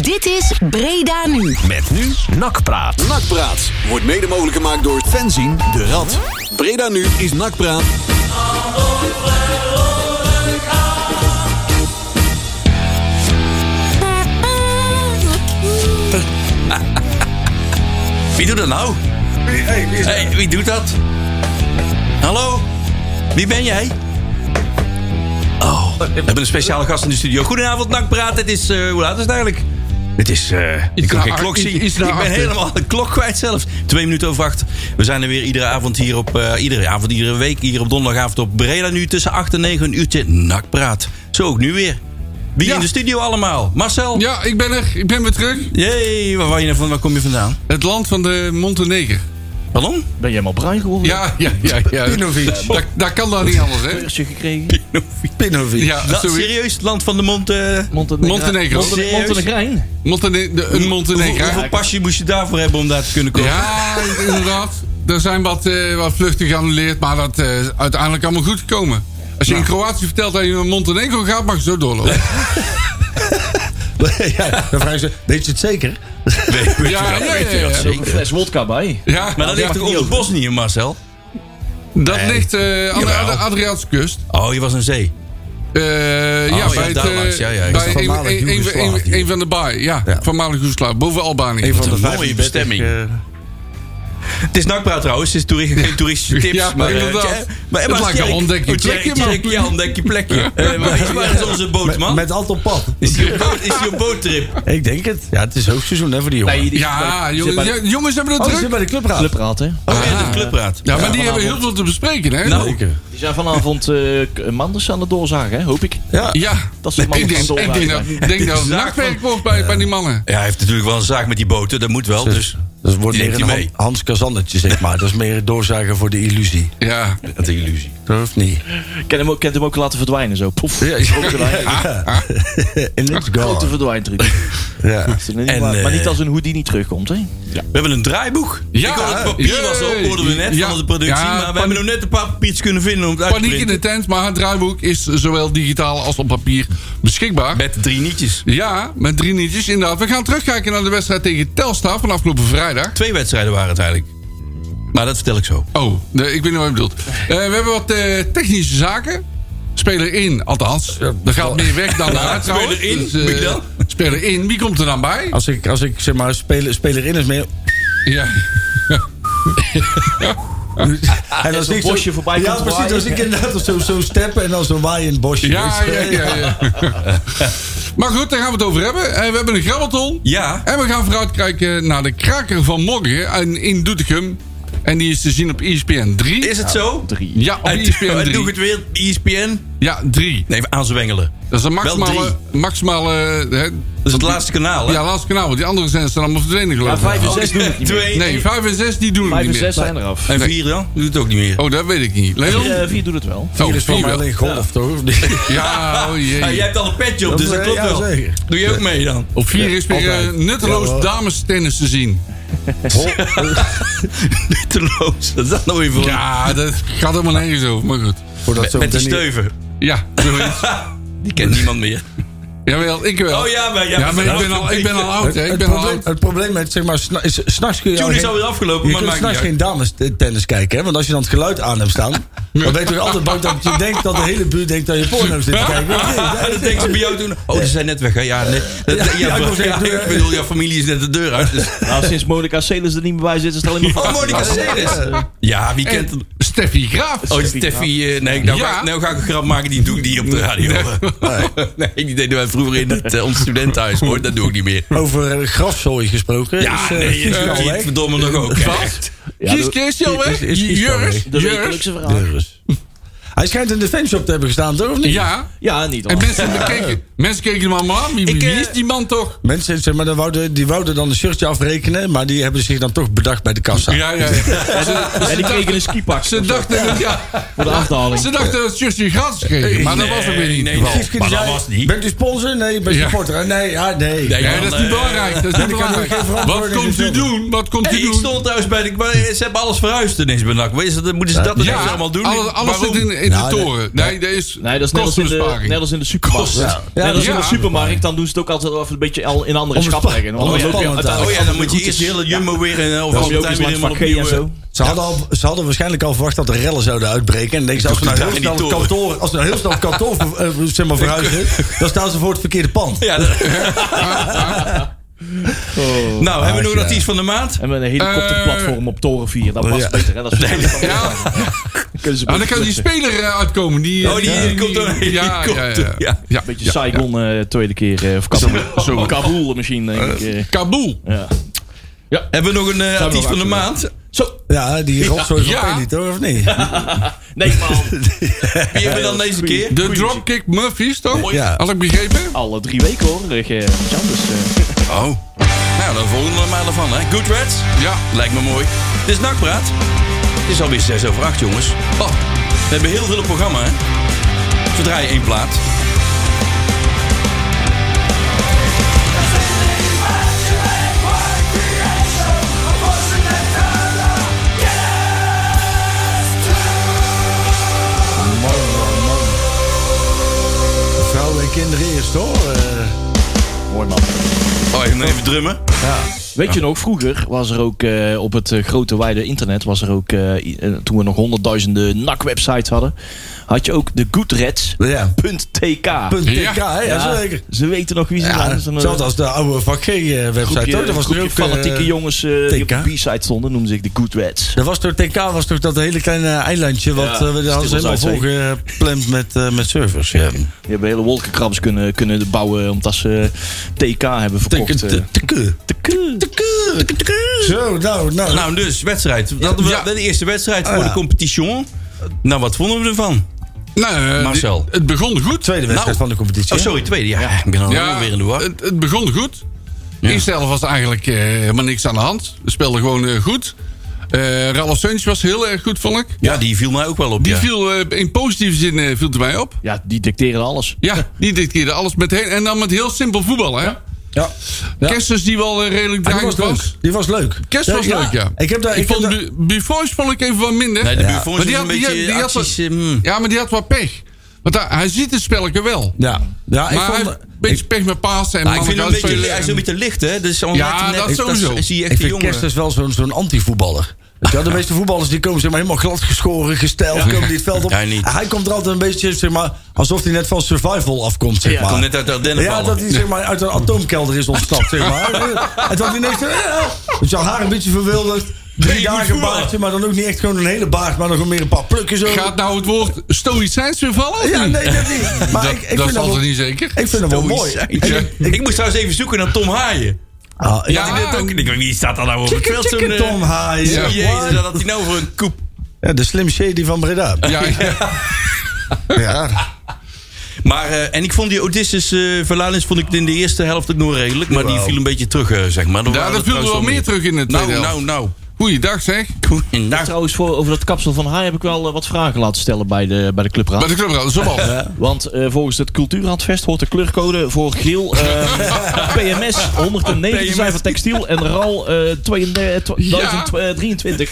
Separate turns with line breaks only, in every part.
Dit is Breda Nu.
Met nu Nakpraat.
Nakpraat wordt mede mogelijk gemaakt door Fenzien de Rad. Breda nu is Nakpraat.
Wie doet dat nou? Hey, wie doet dat? Hallo? Wie ben jij? Oh, we hebben een speciale gast in de studio. Goedenavond, Nakpraat. Het is, eh, hoe laat is het eigenlijk? Het is, eh, ik kan
na
geen
acht-
klok zien.
iets- iets
Ik
na
ben
achten.
helemaal de klok kwijt zelfs. Twee minuten over acht. We zijn er weer iedere avond hier op, eh, iedere avond, iedere week hier op donderdagavond op Breda. Nu tussen acht en negen een uurtje Nakpraat. Zo ook nu weer. Wie
Ja.
in de studio allemaal? Marcel?
Ja, ik ben er. Ik ben weer terug.
Jee, waar, waar, je, van- waar kom je vandaan?
Het land van de Monteneger.
Pardon?
Ben jij maar bruin geworden?
Ja, ja, ja. ja.
Pinovic.
Dat, dat kan daar niet anders, hè?
Persje gekregen?
Pinovic.
Ja,
Dat,
sorry.
serieus, het land van de mond. eh,
Montenegro.
Montenegro.
Montenegro.
Serieus?
Montenegrijn.
Montene de, een
Hoe-
Montenegro.
hoeveel passie moest je daarvoor hebben om daar te kunnen komen?
Ja, inderdaad. Er zijn wat, eh, wat vluchten geannuleerd, maar dat eh, is uiteindelijk allemaal goed gekomen. Als je
Nou.
in Kroatië vertelt dat je naar Montenegro gaat, mag je zo doorlopen.
ja, dan vragen ze, weet je het zeker?
Weet- weet je
Ja,
dat,
ja,
weet je
ja,
dat
ja.
zeker?
Een fles wodka bij.
Ja,
Maar dat
ja,
ligt toch onder Bosnië, Marcel?
dat ligt eh, aan, de,
Jawel.
aan de Adriatische kust.
Oh, je was een zee.
Eh, ja,
ja,
bij het,
daar
eh,
langs. Ja, ja, ik
bij
snap.
een,
Voormalig
een- een-
Joegoslavië.
een- een van de baai, ja.
Ja.
Voormalig Joegoslavië, boven Albanië.
Een van de
een mooie
35,
bestemming.
eh,
Het is nakpraat trouwens, het is toeri- geen toeristische tips.
Ja,
eh,
inderdaad.
tja, maar
Het
Emma
lijkt
Sterk-
wel ontdek je
Oh, Sterk-
plekje, man.
Sterk, Ja, ontdek je plekje. Eh, maar is- Waar is onze bootman?
met Anton Pad.
Is die op boot- is die op boottrip?
Ik denk het. Ja, het is hoogseizoen hè, voor die jongen.
Nee, die
Ja,
die
jongens,
zit bij de
ja, jongens hebben het
oh, die
druk.
zit bij de clubraad.
Clubraad, hè?
Oh,
Ah.
ja, de clubraad.
Ja, maar die
vanavond.
hebben heel veel te bespreken, hè?
Nou,
Zeker.
Die zijn vanavond eh, k- Manders aan de doorzagen, hè? Hoop ik.
Ja.
Ja,
Dat ze mannen
ik denk,
gaan
ik denk dat,
doorrijden.
ik denk dat het
Zaak
nachtwerk wordt bij, bij die mannen.
Ja, hij heeft natuurlijk wel een zaak met die boten, dat moet wel. Dus
Dat wordt
die
meer een
neemt hij
Han- Hans Kazannetje, zeg maar. Dat is meer een doorzagen voor de illusie.
Ja,
Dat is een illusie.
Dat hoeft niet.
Ik ken hem ook, kent hem ook laten verdwijnen, zo. Poef.
Ja,
Verdwijnen.
En it's
Grote
gone.
verdwijntruc.
Ja.
En,
maar, maar
eh,
niet als een Houdini terugkomt, hè?
We hebben een draaiboek.
Ja,
ik hoor het papier was op,
jee.
hoorden we net
Ja,
van de productie.
ja,
maar we
paniek.
hebben nog net een paar papiertjes kunnen vinden om het uit te
paniek in de
printen.
tent, maar het draaiboek is zowel digitaal als op papier beschikbaar.
Met drie nietjes.
Ja, met drie nietjes inderdaad. We gaan terugkijken naar de wedstrijd tegen Telstar van afgelopen vrijdag.
Twee wedstrijden waren het eigenlijk. Maar dat vertel ik zo.
Oh, nee, ik weet niet wat je bedoelt. Eh, we hebben wat eh, technische zaken. Speler in, althans. Er gaat meer weg dan naar uit trouwens.
Speler in,
eh,
wie dan?
Speler in, wie komt er dan bij?
Als ik, als ik zeg maar, speler, speler in is meer...
Ja.
Ah,
En als
zo'n
ik
bosje voorbij
Ja,
komt
precies.
waaien.
Als ik inderdaad op zo, zo step en dan zo'n waaiend bosje.
Ja,
weet je.
ja, ja, ja. Maar goed, daar gaan we het over hebben. Eh, we hebben een grabbelton.
Ja.
En we gaan vooruitkijken naar de kraker van morgen en in Doetinchem. En die is te zien op E ESPN 3.
Is het zo?
Nou, Drie.
Ja, op E
Hij
E
ESPN
hij doet
3.
het weer, E ESPN.
Ja, 3.
Nee, aan zijn wengelen.
Dat is een
Wel
maximale... maximale hè,
Dat is het laatste kanaal, hè? Dus
ja, laatste kanaal. Want die andere zenders zijn allemaal verdwenen
Ja,
geloof ik.
vijf en zes doen het niet meer.
Twee.
Nee, 5 en 6 die doen het
Vijf
niet
en
meer.
zes zijn eraf.
En vier dan? Doet het ook niet meer.
Oh, dat weet ik niet. Leon?
Vier, eh, vier doet het wel.
Oh,
Hier is voor
vier
mij
wel.
alleen golf, toch? Of niet?
Ja, oh
Ah,
jee.
jij hebt al een petje op, dus dat
eh,
klopt
ja,
wel.
zeker.
Doe je ook mee dan?
Op 4 is weer eh,
altijd.
nutteloos
Ja, hoor.
damestennis te zien.
Nutteloos. Dat is dat nou weer voor?
Ja, dat gaat helemaal nergens over, maar goed.
Voordat zo
Met die
meteen-
steuven.
Ja, zoiets.
Die kent niemand meer.
Jawel, ik wel.
Oh ja, maar, ja,
Ja, maar ik ben al, ik ben al oud,
Het,
hè. Ik
het
ben al
probleem,
oud.
het probleem met, zeg maar, sna- is, s'nachts kun je...
Toen
al
is
geen-
alweer afgelopen,
Je
maar
kunt
maakt
s'nachts
niet
geen dames-tennis kijken, hè? Want als je dan het geluid aan hebt staan... dan ben je toch altijd bang dat je denkt dat de hele buurt denkt dat je porno zit te kijken. Nee,
Ah,
dat-
dat denken ze bij jou toen. Oh, ze zijn net weg, hè? Ja, nee. Dat, ja,
ja, ik
bro-
wou zeggen,
ja,
doe-
ik bedoel, jouw familie is net de deur uit. Dus.
Nou, sinds Monica Seles er niet meer bij zit, is het alleen maar...
Oh, Monica Celis. Ja, wie kent hem?
En Steffi Graaf.
Oh, Steffi. eh, Nee, nou,
Ja.
ga, nou ga ik een grap maken, die doe ik niet op de radio. Nee, die deden wij vroeger in het, eh, ons studentenhuis, hoor. Dat doe ik niet meer.
Over eh, grafzooi gesproken.
Ja,
is, eh,
nee, je
Guus
doet die
Alweg.
het verdomme nog ook. hè. Echt.
Ja,
Kies
de,
Kirsten al weg?
Is- is- is-
Juris?
is-
de
Juris?
wekelijkse verhaal.
Deuris. Dus. Hij schijnt in de fanshop te hebben gestaan, toch? Of niet?
Ja.
Ja, niet
En
hoor.
mensen bekeken, mensen keken hem allemaal aan. Wie,
Ik,
wie
eh,
is die man toch?
Mensen zeg maar, die, wouden, die wouden dan een shirtje afrekenen, maar die hebben zich dan toch bedacht bij de kassa.
Ja, ja. Ze,
En die kregen een skipak
ze dachten dat, ja,
voor de afdaling.
ze dachten dat Justin gratis kreeg. Maar dat was ook weer
Nee,
niet.
nee,
het
nee.
geval.
Oh, Maar dat was niet.
Bent u sponsor? Nee. Bent u
Ja.
supporter? Nee, ja, nee.
Nee,
Ja, dat is niet belangrijk. Dat is niet
kan ook geen
belangrijk. Wat
verantwoording
komt u
verzinnen.
doen? Wat komt
Hey,
u
ik
doen?
eh, stond thuis bij de... maar Ze hebben alles verhuisd ineens bij NAC. Wat is dat- Moeten ze dat dan
Ja,
allemaal doen?
alles, alles
Waarom?
zit in, in
Nou,
de
nee.
toren. Nee, dat is,
Nee, dat is net als, in de,
kostenbesparing.
net als in de supermarkt.
Kosten. Ja.
net als in
Ja.
de supermarkt, dan doen ze het ook altijd wel even een beetje al in andere
Om het
schappen
spa-
leggen. Want
om
dan
het
loop je
spannend te
Oh
uiteindelijk
ja, dan moet je
goed is.
eerst heel Jumbo weer eh, of
Dan
als
kom je
een
ook eens
tijd weer
langs
helemaal
van Kea en
opnieuw.
zo.
Ze, hadden al, ze hadden waarschijnlijk al verwacht dat er rellen zouden uitbreken. En denken ze, als we nou heel
In
snel
die
het
toren.
kantoor, als we nou heel snel het kantoor eh, zeg maar, verhuizen, dan staan ze voor het verkeerde pand.
eh, Ja, dat- Nou, hebben we nog een
ja.
advies van de maand?
En met een helikopterplatform op Toren 4. Dat past
Ja.
beter. Hè? Dat is
Ja,
kunnen ze
maar
een
Ah, dan kan die
beetje
speler eh, uitkomen. Die, eh,
Oh, die die komt door een
ja, ja,
helikopter.
ja.
Ja.
ja.
beetje Saigon eh, tweede keer. eh, of Kabul,
zo.
Kabul misschien, denk ik. eh.
Kaboel.
ja.
Hebben we nog een eh, advies van de maand?
Zo.
Ja, die rotzooi
Ja.
van Penny, toch? Of niet?
Nee, man.
Wie hebben we dan deze keer?
De Dropkick Murphys, toch?
Ja.
Had ik begrepen?
Alle drie weken hoor. Eh, Jan, dus, eh,
Oh. Nou, dan volgen we er maar van, hè. Good Reds?
Ja.
Lijkt me mooi. Het is nachtpraat. Het is alweer 6 over 8, jongens. Oh, we hebben heel veel op programma, hè. We draaien één plaat.
Vrouwen en kinderen eerst, hoor. Eh,
mooi man.
Oh, even, even drummen.
Weet je nog, vroeger was er ook eh, op het eh, grote wijde internet, was er ook, eh, i- eh, toen we nog honderdduizenden NAC-websites hadden, had je ook de goodreds.tk.
ja. Punt
Ja.
TK, hè? Ja,
Ja,
zeker.
Ze weten nog wie ze zijn.
Ja,
Dat is een, eh,
hetzelfde als de oude vak G-website.
groepje,
Dat was
groepje
natuurlijk ook, eh,
fanatieke jongens eh, die op
TK.
de B-side stonden, noemden zich de goodreds.
Dat was door TK was toch dat hele kleine eilandje. Wat eh, we hadden ze helemaal
Stippels uit
volgepland met, eh, met servers. Ja.
Die hebben hele wolkenkrabbers kunnen, kunnen bouwen omdat ze eh, TK hebben verkocht. eh.
Tikke.
TK.
Zo, nou, nou.
Nou, dus, wedstrijd. Dat hadden we
Ja. Oh,
de eerste wedstrijd voor
ja.
de competition. Nou, wat vonden we ervan?
Nou, eh,
Marcel.
dit- Het begon goed.
tweede
nou.
wedstrijd van de competitie.
Oh, sorry, tweede. Ja, ik ben al helemaal weer in de war.
Het, het begon goed. De Eerste helft was eigenlijk eh, helemaal niks aan de hand. We speelden gewoon eh, goed. Eh Ralf Seuntje was heel erg goed, vond ik.
Ja, die viel mij ook wel op,
Die
ja.
viel eh, in positieve zin eh, viel het mij op.
Ja, die dicteren alles.
Ja, die dicteerde alles meteen. En dan met heel simpel voetbal, hè?
Ja. Ja.
Kerstens die wel eh, redelijk
Ah, die was
dreigend was.
leuk. Die was leuk.
Kerst was leuk, ja.
Ik heb daar...
ik
Ik heb
vond
daar
Bu- Buffons vond ik even wat minder.
Nee, de
ja.
ja. buurvrouw
Maar die
is
had-
een
die-
beetje
die had-
acties... eh, mm.
maar die had wat pech. Want hij, hij ziet het spelletje wel.
ja, ja ik
maar hij
vond...
heeft een beetje pech met Pasen en
Nou, ik
mannen
vind hem een beetje,
uitspelen
hij is
en-
een beetje licht, hè? Dus dan
eh, Ja,
lijkt hij
dat
is-
sowieso.
zie je echt die
Ik vind
jongen.
Kerst is wel zo'n zo'n anti-voetballer. Ja, de meeste voetballers die komen zeg maar, helemaal glad geschoren, gesteld, komen dit veld op.
Hij niet.
Hij komt er altijd een beetje zeg maar, alsof hij net van survival afkomt. Zeg
Ja,
maar.
Komt net uit de Ardennen
Ja,
vallen.
dat hij zeg maar, uit een atoomkelder is ontsnapt. Zeg maar. en dat hij ineens... eh, eh, Dus jouw haar een beetje verwilderd. Drie
Nee, je moet
dagen
voetballen.
baardje, maar dan ook niet echt gewoon een hele baard, maar nog wel meer een paar plukjes. Zo.
Gaat nou het woord stoïcijns weer vallen? of
ja,
niet?
nee, dat niet. Maar
dat
ik, ik
dat
vind
is
dat wel,
altijd niet zeker.
ik vind dat wel mooi.
Stoïcijns. Oh, Ik, moest trouwens even zoeken naar Tom Haaien.
Ah,
Ja,
Die deed ook, ik denk, wie staat daar nou op het
Chicken,
veld? Zo'n,
chicken,
eh,
Tom Haaien.
Ja.
Jezus, dat had hij nou voor een koep.
Ja, de slim shady van Breda.
Ja, ja.
Ja.
Maar, eh, en ik vond die Odysseus eh Verlanis vond ik in de eerste helft ook nog redelijk. Maar die
Wow.
viel een beetje terug, eh, zeg maar. Dan
Ja,
waren
Nou, dat
er
viel er
trouwens
wel meer terug in de tweede
Nou,
helft.
nou, nou.
Goeiedag zeg.
Goeiedag.
Trouwens, voor, over dat kapsel van haar heb ik wel eh, wat vragen laten stellen bij de, bij de clubraad.
Maar de club had zo
Want eh, volgens het cultuurhandvest hoort de kleurcode voor geel eh, PMS 109 te zijn van textiel en RAL eh, 32
Ja.
1023.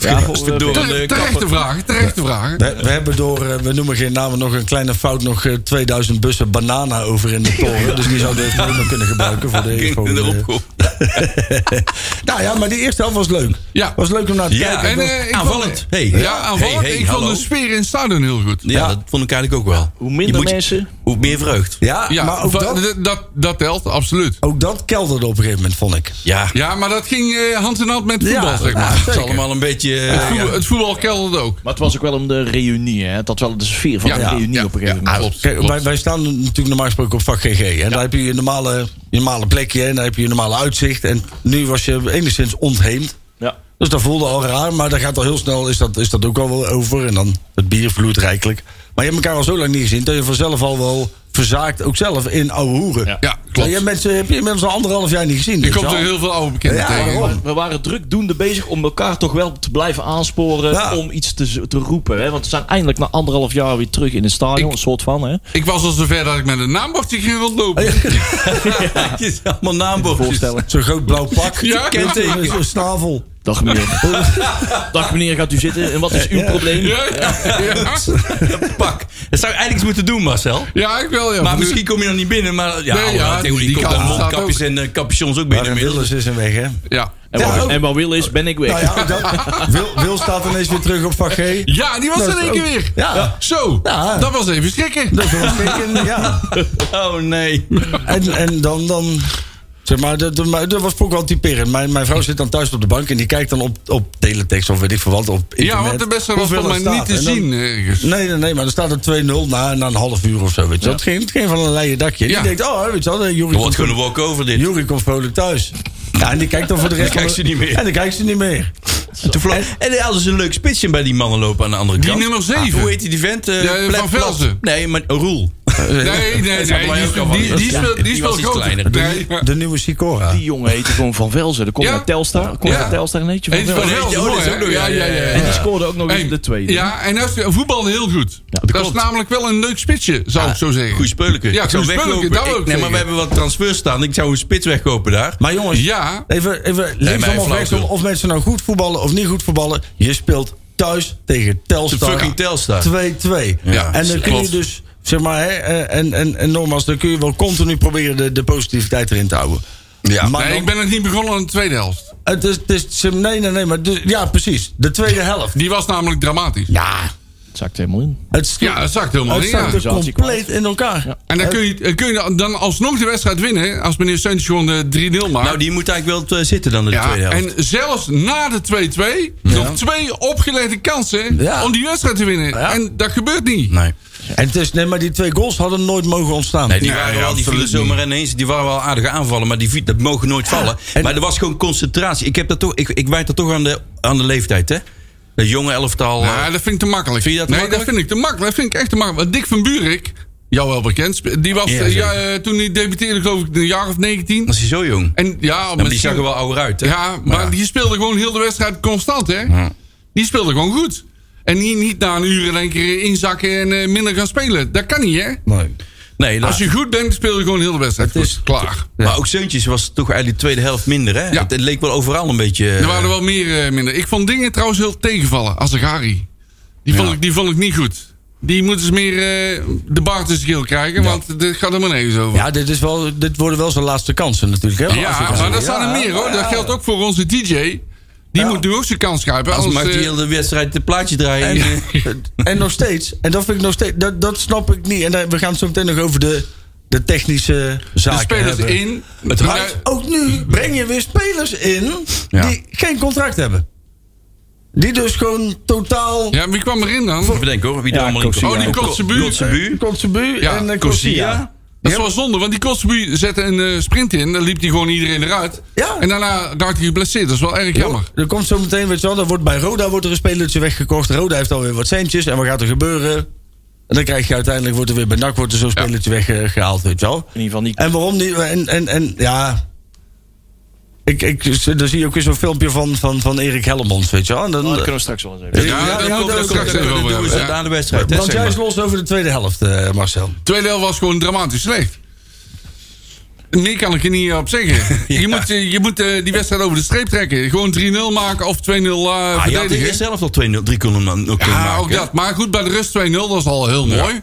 Ja, voor, eh,
Verdomme.
PMS.
de
Terechte
kapper.
vraag, terechte vraag.
We, we hebben door, eh, we noemen geen namen, nog een kleine fout. Nog eh, 2000 bussen banana over in de toren. Dus die zouden we even nog kunnen gebruiken voor de info. eh.
Ging erop, goh.
Nou ja, maar die eerste helft was leuk.
Ja.
Was leuk om naar te
Ja,
kijken.
en,
Het was-
eh, ik
Aanvallend.
vond-
Hey.
Ja, aanvallend.
Hey, hey,
ik vond
hallo.
de sfeer in het stadion heel goed.
Ja, dat vond ik eigenlijk ook wel.
Hoe minder
Je moet-
mensen,
Hoe meer vreugd.
ja,
Ja,
maar ook
va-
dat,
d- dat, dat telt, absoluut.
ook dat kelderde op een gegeven moment, vond ik.
Ja,
Ja, maar dat ging eh, hand in hand met
Ja,
voetbal, zeg
nou,
maar.
het
zeker.
is allemaal een beetje... eh,
Het voetbal, het voetbal kelderde ook.
maar het was ook wel om de reunie, hè? Het had wel de sfeer van
Ja,
de
ja,
reunie
ja,
op een gegeven
ja,
moment.
klopt.
Kijk, wij, wij staan natuurlijk normaal gesproken op vak GG. En daar heb je je normale, je normale plekje en daar heb je je normale uitzicht. En nu was je enigszins ontheemd.
Ja.
Dus dat voelde al raar, maar dat gaat al heel snel, is dat, is dat ook al wel over. En dan het bier vloeit rijkelijk. Maar je hebt elkaar al zo lang niet gezien dat je vanzelf al wel verzaakt, ook zelf in ouwe hoeren.
Ja.
Ja,
Maar
klopt.
je hebt mensen heb je inmiddels al anderhalf jaar niet gezien.
Je
weet je
komt er
wel.
heel veel oude bekenden
Ja,
tegen.
daarom.
We waren drukdoende bezig om elkaar toch wel te blijven aansporen
Ja.
om iets te, z- te roepen. Hè? Want we zijn eindelijk na anderhalf jaar weer terug in het stadion,
Ik-
een soort van. Hè?
Ik was al zover dat ik met een naambordje ging rondlopen.
Het is allemaal naambordjes.
Voorstellen.
Zo'n groot blauw pak.
Ja.
Kenteken. Zo'n snavel.
Dag meneer. Dag meneer, gaat u zitten. En wat is uw probleem?
Ja, ja, ja.
Pak. Dat zou je eigenlijk eens moeten doen, Marcel.
Ja, ik wil ja.
Maar misschien kom je dan niet binnen. Maar ja,
Nee,
nee,
ja,
ja
die-
die
die
komt
kant
dan
staat
mondkapjes
ook.
en eh, capuchons ook
Maar
binnen.
een
inmiddels.
Wilders is een weg, hè?
Ja.
En, wat,
Ja, ook.
en wat wil is, ben ik weg.
Nou ja, ook dat, Wil, Wil staat ineens weer terug op vak G.
ja, die was
Dat
er
is
in één
ook-
keer weer.
Ja.
Zo,
Ja.
dat was even schrikken.
Dat is wel schrikken, ja.
Oh nee.
En, en dan, dan, zeg maar, dat, dat- maar dat was ook wel typerend. Mijn, mijn vrouw zit dan thuis op de bank en die kijkt dan op, op teletext of weet ik veel wat, op
Ja,
internet.
want de beste was
hoeveel
van mij
er
niet
staat.
te
En dan-
zien. ergens.
Nee, nee, nee, maar er staat er 2-0 na, na een half uur of zo. Weet je. wel. Het, ging, het ging van een leien dakje.
Ja.
Die denkt, oh, weet je wel, eh, Joeri
Er wordt
komt,
gewoon een walk-over dit.
Joeri komt vrolijk thuis. Ja, en die kijkt dan voor de rest
kijkt
van
ze
de-
niet meer.
En dan kijkt ze niet meer.
En toen vla- En hij hadden ze een leuk spitsje bij die mannen lopen aan de andere
Die
kant.
nummer zeven.
Ah, hoe heet die, die vent? Eh,
Ja, Van
Plat- Plat-
Velzen. Eh,
Nee, maar oh, Roel.
Nee, nee, nee.
zat
die
mij
is-
ook al van.
Die die is
Ja,
veel- die
die
is
was
veel
iets
groter.
kleiner.
Nee, ja.
De nieuwe Sicora.
Die jongen heette gewoon Van Velzen. Dat komt
Ja.
uit Telstar. Komt
Ja.
uit Telstar een eentje van
Eentje van
Velzen.
Velzen,
oh, dat is
mooi,
ook
hè?
nog-
Ja, ja, ja.
En die
ja.
scoorde ook nog eens
Hey,
de tweede.
Ja, en hij is voetballen heel goed.
dat
dat is
klopt.
namelijk wel een leuk spitsje, zou ik zo zeggen.
Ah, Goeie speulken.
Ja,
ik zou
goeie speulken,
weglopen.
dat
Ik-
wil ik
nee, maar
zeggen.
we hebben wat transfers staan. Ik zou een spits wegkopen daar.
Maar jongens,
Ja,
even, even linksom
even
of rechtsom,
flauwkul.
of mensen nou goed voetballen of niet goed voetballen. Je speelt thuis tegen
De
Telstar.
fucking Telstar.
2-2.
Ja,
en dan kun je
klopt.
dus, zeg maar, hè, eh, en, en, en nogmaals, dan kun je wel continu proberen de, de positiviteit erin te houden.
Ja.
maar
nee,
dan-
ik ben nog niet begonnen aan de tweede helft.
het is, het is, nee, nee, nee, maar de- ja, precies. De tweede helft.
Die was namelijk dramatisch.
Ja,
Het zakt helemaal in.
het, stu-
Ja, dat zakt helemaal
Oh,
het
niet. ja.
dus-
staat er
Organisatie
compleet in elkaar.
En dan kun, je, dan kun je dan alsnog de wedstrijd winnen als meneer Seuntjes gewoon de 3-0 maakt.
Nou, die moet eigenlijk wel eh, zitten dan in de
ja,
tweede helft.
en zelfs na de 2-2 nog twee opgelegde kansen
Ja.
om die wedstrijd te winnen.
Ja.
En dat gebeurt niet.
Nee.
En het is, nee, maar die twee goals hadden nooit mogen ontstaan.
Nee, die,
Nee,
waren wel, die
absoluut
vielen zomaar ineens. Die waren wel aardige aanvallen, maar die viel- dat mogen nooit vallen.
en-
maar er was gewoon concentratie. Ik, heb dat toch, ik, ik wijd dat toch aan de, aan de leeftijd, hè? De jonge elftal. eh,
Nou, dat vind ik te makkelijk.
Vind je dat te
nee,
makkelijk?
dat vind ik te makkelijk. Dat vind ik echt te makkelijk. Want Dick van Buurik, jou wel bekend, sp- die was
Ja,
eh, ja,
zeker.
eh, toen hij debuteerde geloof ik een jaar of 19.
was hij zo jong?
En ja,
Ja, maar die zag er wel ouder uit, hè?
Ja, maar die speelde gewoon heel de wedstrijd constant, hè? Die speelde gewoon goed. En niet, niet na een uur in één keer inzakken en eh, minder gaan spelen. Dat kan niet, hè?
Nee.
Nee, dat-
Als je goed bent, speel je gewoon heel de wedstrijd.
Het
goed.
is-
klaar.
Maar ook Seuntjes was toch eigenlijk de tweede helft minder, hè?
Ja.
Het, het leek wel overal een beetje... eh,
Er waren wel meer eh, minder. Ik vond dingen trouwens heel tegenvallen. Azagari. Die, vond
Ja.
ik, die vond ik niet goed. Die moeten ze meer eh, de baard tussen de keel krijgen, want dit gaat helemaal nergens over.
Ja, dit, is wel, dit worden wel zijn laatste kansen natuurlijk. Hè? Als
Ja,
ik-
maar dat zijn er
Ja,
meer hoor. Dat geldt ook voor onze DJ. Die moet nu ook zijn kans grijpen.
Als
anders,
mag die
eh,
hele wedstrijd de plaatje draaien.
En,
En, eh,
en nog steeds, en dat vind ik nog steeds, dat, dat snap ik niet. En daar- we gaan het zo meteen nog over de, de technische
de
zaken
spelers
hebben.
in.
Het
Maar-
hart.
Ook nu breng je weer spelers in
Ja.
die geen contract hebben. Die dus gewoon totaal.
Ja, wie kwam erin dan?
Even denken hoor, wie
Ja,
er allemaal in
Kotzebu.
komt.
Oh, die Kotzebu.
Kotzebu.
Kotzebu
Ja,
en eh,
Corsia.
Corsia.
Dat is wel zonde, want die Kotzebue zette een eh, sprint in. Dan liep hij gewoon iedereen eruit.
Ja.
En daarna raakte hij geblesseerd. Dat is wel erg jammer.
Oh, Er komt zo meteen, weet je wel, dan wordt bij Roda wordt er een spelertje weggekocht. Roda heeft alweer wat centjes en wat gaat er gebeuren? En dan krijg je uiteindelijk, wordt er weer bij NAC wordt er zo'n spelertje weggehaald, weet je wel.
In ieder geval niet.
En waarom niet? En, en, en ja. Ik, ik, daar zie je ook weer zo'n filmpje van, van, van Erik Hellemond, weet je wel. En dan,
Oh, dat kunnen we straks wel eens even.
Ja,
Ja, dat
ja,
komt-
dat
dat komt-
ook.
Dat
Even
doen
over,
ze
ja.
na de wedstrijd. hè,
Want
zeg
eh, jij
maar.
is los over de tweede helft, eh, Marcel.
Tweede helft was gewoon dramatisch slecht. Meer kan ik er niet op zeggen. Je moet, eh, je moet eh, die wedstrijd over de streep trekken. Gewoon 3-0 maken of 2-0
Ah,
eh
je had de
verdedigen.
eerste helft al 2-0, 3 kunnen dan ook kunnen
Ja,
maken.
ook dat. Maar goed, bij de rust 2-0, dat is al heel mooi.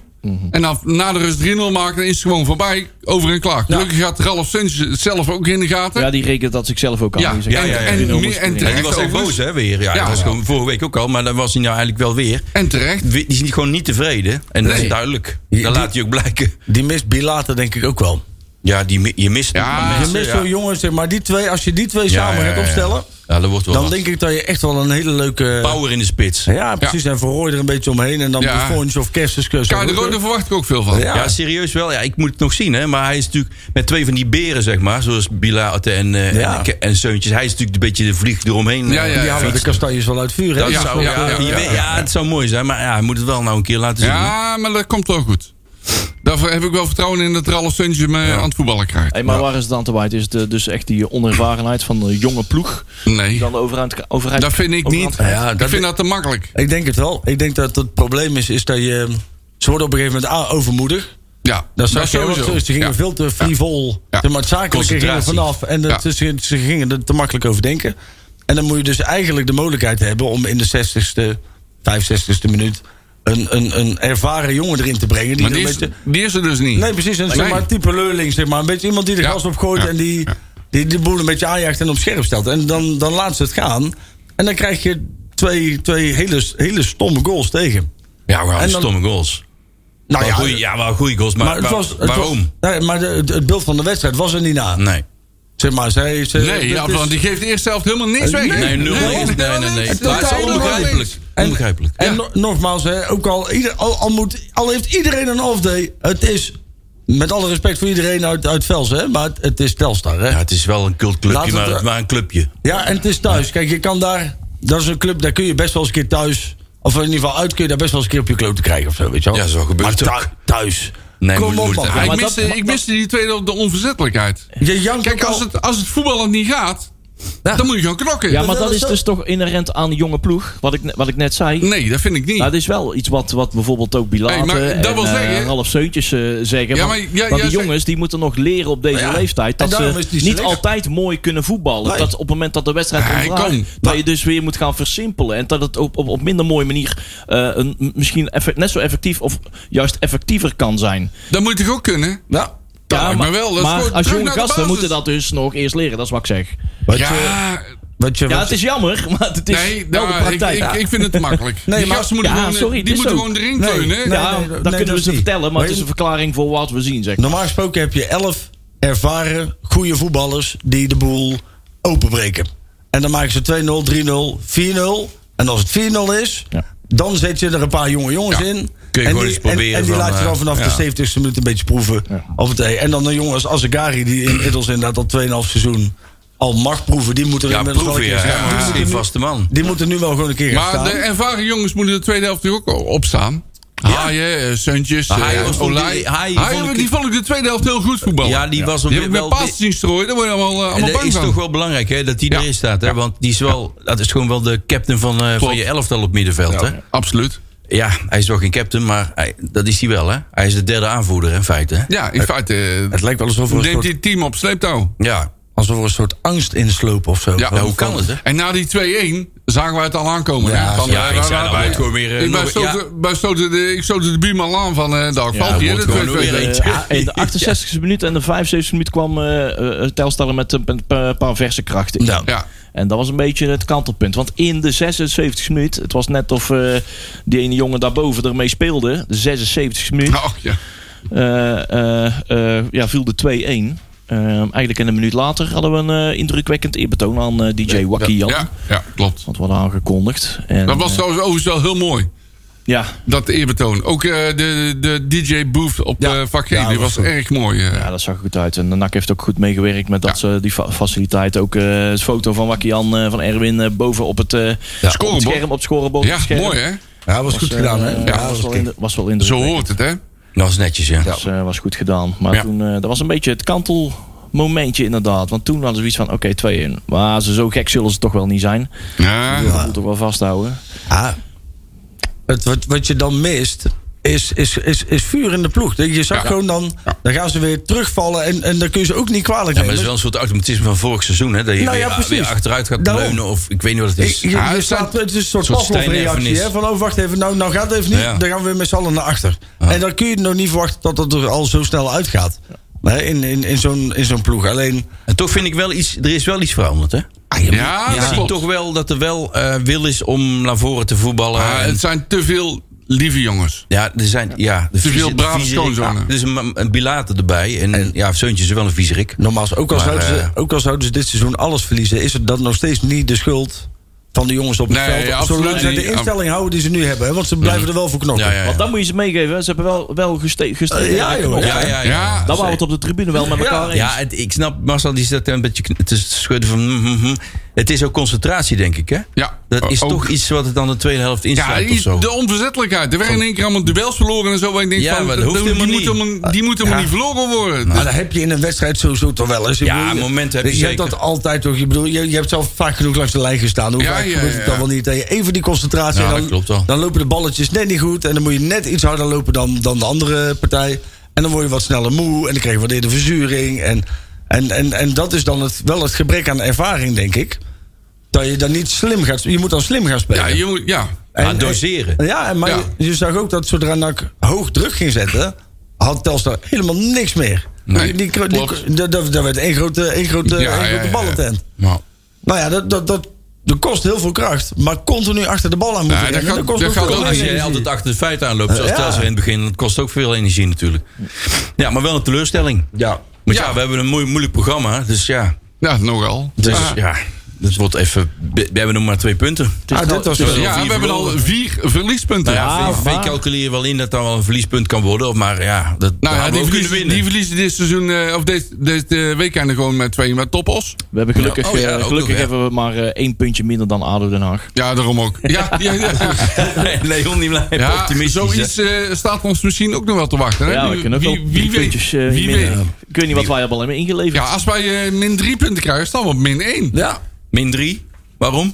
En dan na de rust 3-0 maken, dan is het gewoon voorbij. Over en klaar. Gelukkig gaat Ralf Suntjes het zelf ook in de gaten.
Ja, die rekent dat ik zelf ook aan.
Ja,
Die zegt,
ja, ja, ja.
die
En
nummers
meer- en
erin.
terecht.
En die was echt boos, hè, weer. Ja,
Ja.
dat was gewoon vorige week ook al, maar dan was hij nou eigenlijk wel weer.
En terecht.
We- Die is gewoon niet tevreden. En dat is
Nee.
duidelijk.
die-
Dat laat hij ook blijken.
Die mist Bilater denk ik ook wel.
Ja, die, mi- je mist
Ja,
maar
Je
mensen,
mist
ja.
zo'n jongen, zeg maar. Die twee, als je die twee
Ja,
samen
ja, ja,
gaat
ja.
opstellen...
Ja, dat wordt wel
dan
wat.
denk ik dat je echt wel een hele leuke...
Power in de spits. Ja,
Ja, precies. En verrooi er een beetje omheen. En dan
Ja.
ja. of Kerstens...
Kai de Rode verwacht ik ook veel van.
Ja.
serieus wel. Ja, ik moet het nog zien, hè. Maar hij is natuurlijk met twee van die beren, zeg maar. Zoals Bilate en, eh,
Ja.
en, Ke- en Seuntjes. Hij is natuurlijk een beetje de vlieg eromheen. eh,
Ja, ja,
Die
ja.
halen de kastanjes wel uit vuur, hè?
Dat
Ja,
zou, ja,
ja,
je
ja,
weet-
ja.
ja, het zou mooi zijn. Maar ja, hij moet het wel nou een keer laten zien. hè.
Ja, maar dat komt wel goed. Daarvoor heb ik wel vertrouwen in dat Ralf Suntjes hem eh, aan het voetballen krijgt.
Hey, maar waar is het dan te waard? Is het eh, dus echt die onervarenheid van de jonge ploeg?
Nee,
Die dan de overheid, overheid
dat vind ik niet.
overhand-
Ja,
Ik
dat-
vind dat te makkelijk.
Ik denk het wel. Ik denk dat het probleem is, is dat je... Ze worden op een gegeven moment A, overmoedig.
Ja,
Dat
zou
zag je ook. Ze gingen
Ja.
veel te frivol.
Ja.
Zeg maar het zakelijke ging er
Concentratie.
vanaf. En dat,
Ja.
ze, ze gingen er te makkelijk over denken. En dan moet je dus eigenlijk de mogelijkheid hebben om in de 60ste, 65ste minuut. Een, een, een ervaren jongen erin te brengen. Die
Maar
er
die
een
is,
beetje,
die is er dus niet.
Nee, precies. Een zeg
Nee.
maar, type leurling, zeg maar. Een beetje iemand die de
Ja.
gas opgooit
Ja.
en die,
Ja.
die de boel een beetje aanjaagt en op scherp stelt. En dan, dan laat ze het gaan. En dan krijg je twee, twee hele, hele stomme goals tegen.
Ja, wel
En dan-
stomme goals.
Nou
wel goeie, ja, wel goede goals, maar, waar- waarom?
Was, nee, maar de- het- het beeld van de wedstrijd was er niet na.
Nee.
Zeg maar, zij... ze- eh, dat
Nee, ja,
is-
want die geeft de eerste helft helemaal niks weg.
Nee,
Nee, nul
nee,
niks. Nee, nee, nee.
Totaal
Maar het is
helemaal
onbegrijpelijk.
niks.
En-
Onbegrijpelijk.
En no- nogmaals, hè, ook al, ieder, al, al moet, al heeft iedereen een off day. Het is, met alle respect voor iedereen uit, uit Velsen, hè, maar het, het is Telstar. Hè?
Ja, het is wel een
Laat
cultclubje,
het,
maar,
eh,
maar een clubje.
Ja, en het is thuis. Kijk, je kan daar... Dat is een club, daar kun je best wel eens een keer thuis... Of in ieder geval uit kun je daar best wel eens een keer op je kloot te krijgen of zo, weet je wel.
Ja, zo gebeurt
maar
het ook.
thu- thuis.
Nee,
Kom
moet-
op,
moet-
man.
hij-
Ja, ik,
maar
miste,
dat- maar-
ik miste die tweede de onverzettelijkheid.
Je jankt
Kijk,
ook
als
al-
het, als het voetballen niet gaat,
Ja.
dan moet je gewoon knokken.
Ja, maar
dat
dat
is
is
zo.
dus toch inherent aan de jonge ploeg. Wat ik, ne- wat ik net zei.
Nee, dat vind ik niet.
Nou, dat is wel iets wat, wat bijvoorbeeld ook Bilate
Hey, maar dat
en
wil zeggen-
eh, Ralf Seuntjes eh, zeggen. want
Ja, maar jij-
want die
jij
jongens die moeten nog leren op deze
Ja,
leeftijd.
en
Dat
daarom
ze
is die
niet
selectie-
altijd mooi kunnen voetballen.
Nee.
Dat op het moment dat de wedstrijd
Ja, hij
ontdraait,
kan.
dat je dus weer moet gaan versimpelen. En dat het op, op, op minder mooie manier eh, een, m- misschien effe- net zo effectief of juist effectiever kan zijn.
Dat moet je toch ook kunnen?
Ja.
Dat lijkt me wel. Dat is
maar
gewoon
als
terug
jonge
naar de
gasten
basis.
moeten dat dus nog eerst leren. Dat is wat ik zeg.
Wat je...
Ja,
Wat je
Ja,
wat
het is jammer, maar het is
nee,
wel
nou,
de
ik,
praktijk.
ik, ik vind het te makkelijk. die
maar-
gasten moeten,
Ja,
gewoon, eh,
sorry, het
die
is
moeten
zo.
gewoon erin
Nee,
kunnen.
nee.
Ja.
ja,
dat-
dat
nee,
kunnen
dat
we ze
niet.
vertellen, maar
Maar
het is
je-
een verklaring voor wat we zien, zeg.
Normaal gesproken heb je elf ervaren, goede voetballers die de boel openbreken. En dan maken ze 2-0, 3-0, 4-0. En als het 4-0 is,
Ja.
dan zet je er een paar jonge jongens
Ja.
in.
Kun je
en
gewoon
die,
eens proberen
En, en die
van,
laat je dan
eh,
vanaf
ja.
de 70ste minuut een beetje proeven. Of het, eh, en dan een jongen als Azegari, die inmiddels inderdaad al 2,5 seizoen al mag proeven. Die moeten er
Ja,
inmiddels wel
proeven,
een keer
ja.
gaan
Ja, dat
staan. Die
is
moeten
geen
nu-
vaste man.
Die moeten nu wel gewoon een keer gaan
Maar de
staan.
ervaren jongens moeten de tweede helft ook o- opstaan. Haaien, eh, Suntjes,
Maar Haaien
eh,
was-
Olij.
die- Haaien
Haaien,
vond ik-
die vond ik de tweede helft heel goed voetballen.
Ja, die was
Die heb
weer
ik met
wel...
paas zien strooien. Daar word je allemaal, eh,
En
allemaal
dat
bang
is
van.
toch wel belangrijk hè, dat die
Ja.
erin staat. Hè?
Ja.
Want die is wel, dat is gewoon wel de captain van, eh, van
Klopt.
je elftal op middenveld. Hè?
Absoluut.
Ja, hij is wel geen captain, maar hij, dat is hij wel. Hè? Hij is de derde aanvoerder in feite. Hè?
Ja, in feite eh,
Het lijkt wel alsof er een
neemt
soort,
die team op sleeptouw.
Ja.
alsof er een soort angst inslopen of zo.
Ja,
Van-
hoe kan
van-
het, hè?
En na die 2-1 zagen we het al aankomen.
Ja,
hè? Van,
ja,
eh,
ik
waar-
zei,
waar-
nou, wordt gewoon weer, eh,
Ik
nog-
ben stoten-
ja.
ben stoten de- Ik stoten de buurman aan van eh Dag
het
Valt.
wordt gewoon weer
Eh,
Weet
ja, in de 68e minuut en de 75e minuut kwam eh eh Telstar met een p- p- paar verse krachten. in.
Nou,
Ja,
En dat was een beetje het kantelpunt. Want in de 76e minuut, het was net of eh, die ene jongen daarboven ermee speelde. De 76e minuut.
nou ja.
eh, eh, eh, ja, viel de 2-1. Ehm, eigenlijk een minuut later hadden we een eh, indrukwekkend eerbetoon aan eh, DJ Wacky Jan.
ja, ja, klopt.
Want we hadden aangekondigd. En,
Dat was
eh,
trouwens overigens wel heel mooi.
ja,
Dat eerbetoon. Ook eh, de, de DJ Booth op
Ja.
eh, vak G,
Ja,
die
dat
was
was
erg mooi. eh.
Ja, dat zag er goed uit. En de NAC heeft ook goed meegewerkt met dat ze die fa- faciliteit. Ook eh het foto van Wakkian eh van Erwin eh, boven op het, eh, op het
Scorebord.
scherm, op het scorebord.
Ja,
op het scherm.
mooi hè?
ja, was goed
eh,
gedaan, hè?
eh, was, wel in de, was wel in de
Zo hoort het hè?
Dat is netjes, ja.
Dus, eh, was goed gedaan. Maar
Ja.
toen, eh, dat was een beetje het kantelmomentje inderdaad. Want toen hadden ze iets van, oké, 2-1. Maar ze, zo gek zullen ze toch wel niet zijn.
Ja. Ah,
Dat moet toch wel vasthouden.
Ah, het, wat, wat je dan mist, is, is, is, is vuur in de ploeg. Je zag
Ja.
gewoon dan, dan gaan ze weer terugvallen en, en dan kun je ze ook niet kwalijk
Ja, maar
nemen.
dat is wel een soort automatisme van vorig seizoen. Hè? Dat je
Nou ja,
weer, eh,
precies.
weer achteruit gaat
Daarom.
leunen. Of ik weet niet wat Ah, het is.
Je- je-
Ja,
je
het
staat,
staat-
het is een soort
soort
Pavlov-reactie.
Stijn-erfenis.
hè, Van, oh, wacht even, nou, nou gaat het even niet.
Ja.
Dan gaan we weer met z'n allen naar achter.
Ja.
En dan kun je nog niet verwachten dat dat er al zo snel uitgaat. Nee, in in, in zo'n in zo'n ploeg. Alleen,
En toch vind ik wel iets, er is wel iets veranderd. Hè?
Ja,
je
dat
ziet
klopt.
toch wel dat er wel eh, wil is om naar voren te voetballen.
Ah,
En-
het zijn te veel lieve jongens.
Ja, er zijn, ja, de
veel brave schoonzonen.
ja, Er is een, een bilate erbij. En, ja, Zeuntje is wel een viezerik.
normaal, is- ook al,
Maar,
zouden
eh,
ze, ook al zouden ze dit seizoen alles verliezen, is het dan nog steeds niet de schuld van de jongens op het
Nee,
veld.
absoluut
Zolang ze
niet.
de instelling houden die ze nu hebben, hè, want ze blijven er wel voor knokken.
Ja, ja,
Want
ja.
dan moet je ze meegeven. Ze hebben wel, wel geste- gestegen.
Eh, ja, joh.
Ja, ja, ja.
Ja,
Dan waren we het op de tribune wel met elkaar eens.
Ja, het- ik snap, Marcel, die zit een beetje kn- te schudden van... mm, mm, mm. Het is ook concentratie, denk ik, hè?
Ja,
Dat is
ook.
toch iets wat het dan de tweede helft
ja
inslaat of zo.
de onverzettelijkheid. Er werden in één keer allemaal duels verloren en zo. waar Ik denk
Ja,
van,
maar dat hoeft
die,
helemaal
moet
niet.
helemaal- die moet helemaal
Ja.
niet verloren worden.
Maar dat Nou, heb je in een wedstrijd sowieso toch wel eens. Ik
Ja,
bedoel,
momenten heb je
Je hebt
zeker.
dat altijd toch. Je, bedoel, je, je hebt zelf vaak genoeg langs de lijn gestaan. Hoe
Ja,
vaak
ja,
gebeurt het
ja.
dan wel niet? Dat je Even die concentratie.
Ja,
en dan,
dat klopt wel.
dan lopen de balletjes net niet goed. En dan moet je net iets harder lopen dan, dan de andere partij. En dan word je wat sneller moe. En dan krijg je wat eerder verzuring. En, en, en, en dat is dan het, wel het gebrek aan ervaring, denk ik. dat je dan niet slim gaat Je moet dan slim gaan spelen.
Ja, je moet, ja.
En-
Ja, doseren.
Ja, en maar
Ja.
Je, je zag ook dat zodra NAC hoog druk ging zetten, had Telstar helemaal niks meer.
Nee,
die, die,
klopt.
die- dat, dat dat werd één grote, één grote,
ja,
één
ja,
grote
ja, ja.
ballentent.
Nou,
Nou ja, dat, dat, dat, dat kost heel veel kracht. Maar continu achter de bal aan moeten
Ja, dat
rennen,
gaat- dat
ook
gaat
veel
ook
Als
niet.
energie.
je altijd achter de feiten aanloopt, zoals
Ja.
Telstra in het begin, dat kost ook veel energie natuurlijk. Ja, maar wel een teleurstelling.
Ja.
Want ja,
Ja.
we hebben een moe- moeilijk programma, dus ja.
ja, nogal.
Dus
Ah.
ja, het wordt even. We hebben nog maar twee punten.
is
Ah,
nou-
dit was
het is
wel-
wel-
Ja,
vier
we hebben al
verloren.
vier verliespunten.
Nou ja,
Ja,
VVV
maar-
calculeer je wel in dat dat wel een verliespunt kan worden. of Maar ja, dat
Nou
nou
ja,
hadden
die
we ook kunnen
verliezen,
winnen.
die verliezen dit seizoen, eh, of dit, dit eh, week einde gewoon met twee, met toppos.
We hebben gelukkig,
Ja, oh ja,
eh,
ook
gelukkig
nog, ja.
hebben we maar eh, één puntje minder dan ADO Den Haag.
Ja, daarom ook. Ja, ja, ja.
Leon, die blijft
ja
optimistisch. hè.
zoiets eh, staat ons misschien ook nog wel te wachten. Hè?
ja, we kunnen ook wel drie puntjes eh,
wie
minder.
weet.
Ik weet niet wat wij hebben al hebben ingeleverd.
Ja, als wij eh, min drie punten krijgen, staan we op min één.
Ja.
Min 3. Waarom?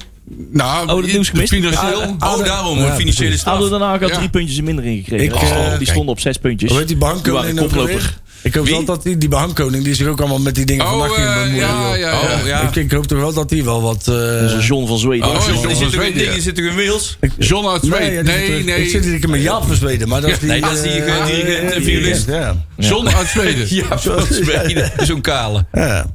Nou,
dat nieuws gemist?
financieel.
Oh, daarom,
ja,
een financiële
precies.
straf.
ADO Den Haag had
Ja.
drie puntjes er minder ingekregen.
Ik,
Die stonden-
eh,
die stonden op zes puntjes.
Hoe heet die
Die
bankkoning
waren
ook alweer?
koploper.
Ik hoop
nou Wie?
wel dat die, die bankkoning die zich ook allemaal met die dingen
Oh,
van NAC ging
eh,
bemoeien.
ja,
joh.
ja, ja.
Oh, Ik, ik hoop toch wel dat die wel wat... eh,
Onze John van Zweden.
Oh,
Oh,
John
er
van
zit ook een
Zweden.
ding, er zit ook een Wils.
John uit
Nee, ja,
Zweden.
die
Nee,
zit er-
nee.
Ik zit hier een keer met Jaap van Zweden, maar dat is die...
Nee, dat is die,
eh,
die- die- die
eh,
violist.
Ja.
John uit Zweden.
Ja, van Zweden. Zo'n kale.
Ja.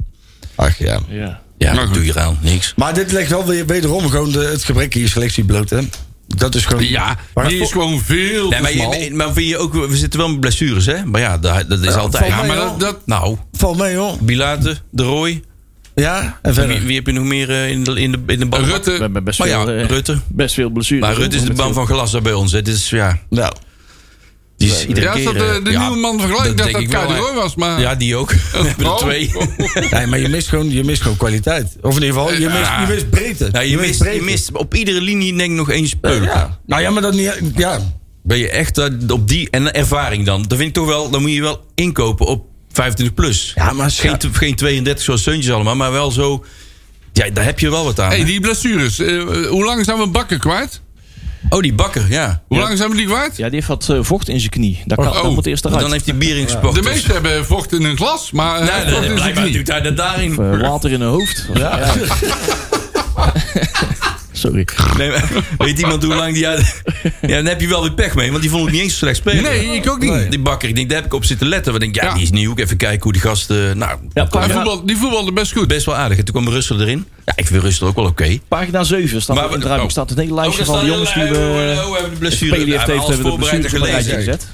Ach ja.
Ja.
Ja,
Nou,
dat doe je eraan. Niks.
Maar dit legt wel weer wederom gewoon de, het gebrek in je selectie bloot, hè? Dat is gewoon...
Ja,
Maar
die is
vol-
gewoon veel te
Nee, maar,
smal.
je, maar vind je ook, we zitten wel met blessures, hè? Maar ja, dat, dat is altijd.
valt
Ja,
mij
maar
wel.
dat, dat,
Nou,
Valt mee, hoor.
Bilate, De Roy.
Ja, en verder.
Wie, wie heb je nog meer eh, in de, in de, in de bal?
We
Rutte,
hebben best
Maar ja,
veel, eh,
Rutte.
best veel blessures.
Maar Rutte is de
Met
man
veel-
van glas daar bij ons. Hè. Dit is, ja,
Nou,
die is iedere
ja, als
keer...
dat de,
eh,
de
ja,
nieuwe man vergelijkt, dat
denk
dat
ik wel,
Kai de
hè.
Roy was. Maar
Ja, die ook. We hebben er
Oh.
twee. Nou,
nee, maar je mist, gewoon, je mist gewoon kwaliteit. Of in ieder geval, je mist, je mist breedte.
Nou, je, mist, je mist op iedere linie denk ik nog één speler.
Ja. Nou ja, maar dat niet... Ja,
Ben je echt eh, op die... En ervaring dan. Dat vind ik toch wel... Dan moet je wel inkopen op 25 plus.
Ja, maar scha-
geen, geen 32 zoals Seuntjes allemaal. Maar wel zo... Ja, daar heb je wel wat aan.
hey,
hè.
die blessures. eh, hoe lang zijn we bakken kwijt?
oh, die bakker, ja.
Hoe lang zijn we die kwijt?
Ja, die heeft wat eh, vocht in zijn knie. Dat, kan,
Oh.
dat moet eerst
Want
eruit.
dan heeft hij bier ingespokt.
De meesten hebben vocht in hun glas, maar eh,
Nee,
vocht
nee, nee,
in zijn
blijkbaar
knie.
doet hij dat daarin.
Of, eh, water in hun hoofd. Ja. Sorry.
Nee, maar weet iemand hoe lang die uit... Ja, dan heb je wel weer pech mee, want die vond het niet eens slecht spelen.
Nee, ik ook niet.
Die bakker, ik denk, daar heb ik op zitten letten. Want ik denk, ja,
Ja.
die is nieuw. Ik even kijken hoe die gast... eh, nou,
Ja,
Hij
Ja.
voetbal, die voetbalde best goed.
best wel aardig. En toen kwam Russell erin. Ja, ik vind Russell ook wel oké.
Pagina 7 staat
Maar
er in
we-
het ruimte
oh.
staat een hele lijstje
Oh, daar
van jongens
staat
die
een- oh,
we...
oh, we hebben de blessure.
Speli heeft,
Ja,
heeft
alles
hebben de
voorbereid en
blessures op een rijtje
gelezen.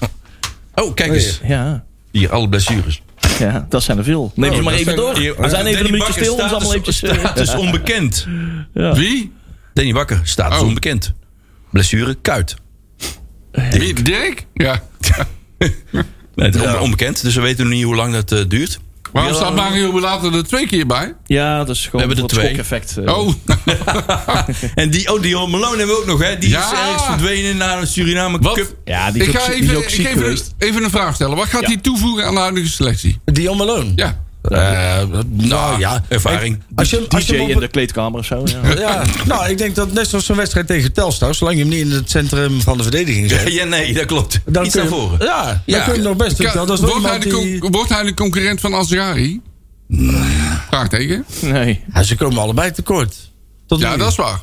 gezet.
Oh, kijk eens.
Ja.
Hier, alle blessures.
ja, dat zijn er veel. Neem
Oh,
ze maar even door. We
eh,
zijn even een minuutje stil om ze allemaal eventjes... eh,
dus Het is onbekend.
Wie?
Danny Bakker, staat dus
Oh.
onbekend. Blessure, kuit.
Wie? Dirk? Ja.
Nee, het is on- onbekend, dus we weten nog niet hoe lang dat eh, duurt.
Waarom staat Mario Belater er twee keer bij?
Ja, dat is gewoon
We hebben er
voor het
twee.
schokeffect. eh.
Oh,
En die, oh, Dion Malone hebben we ook nog, hè? Die is
Ja.
ergens verdwenen naar een Suriname
Wat?
Cup.
Ja, die is
ik
ook
ga
zie- die is
even,
ook
ik
ziek
even,
geweest.
een- even een vraag stellen. Wat gaat
Ja.
hij toevoegen aan de huidige selectie?
Dion Malone.
Ja.
Eh,
Ah,
nou ja.
Ervaring.
Als je, als
DJ
je hem op
in de kleedkamer of zo. Ja.
het- ja, nou, ik denk dat net zoals een wedstrijd tegen Telstar, zolang je hem niet in het centrum van de verdediging zet,
Ja, nee, dat klopt.
dan
Iets
kun
naar
je, hem-
voren.
Ja, dan
Ja.
kun je hem nog best.
Ka-
doen. dat is wel
wordt, hij
iemand
de
die,
con- wordt hij de concurrent van Azari? Vraagteken.
Nee.
Ja, ze komen allebei tekort. Tot
Ja,
nu.
dat is waar.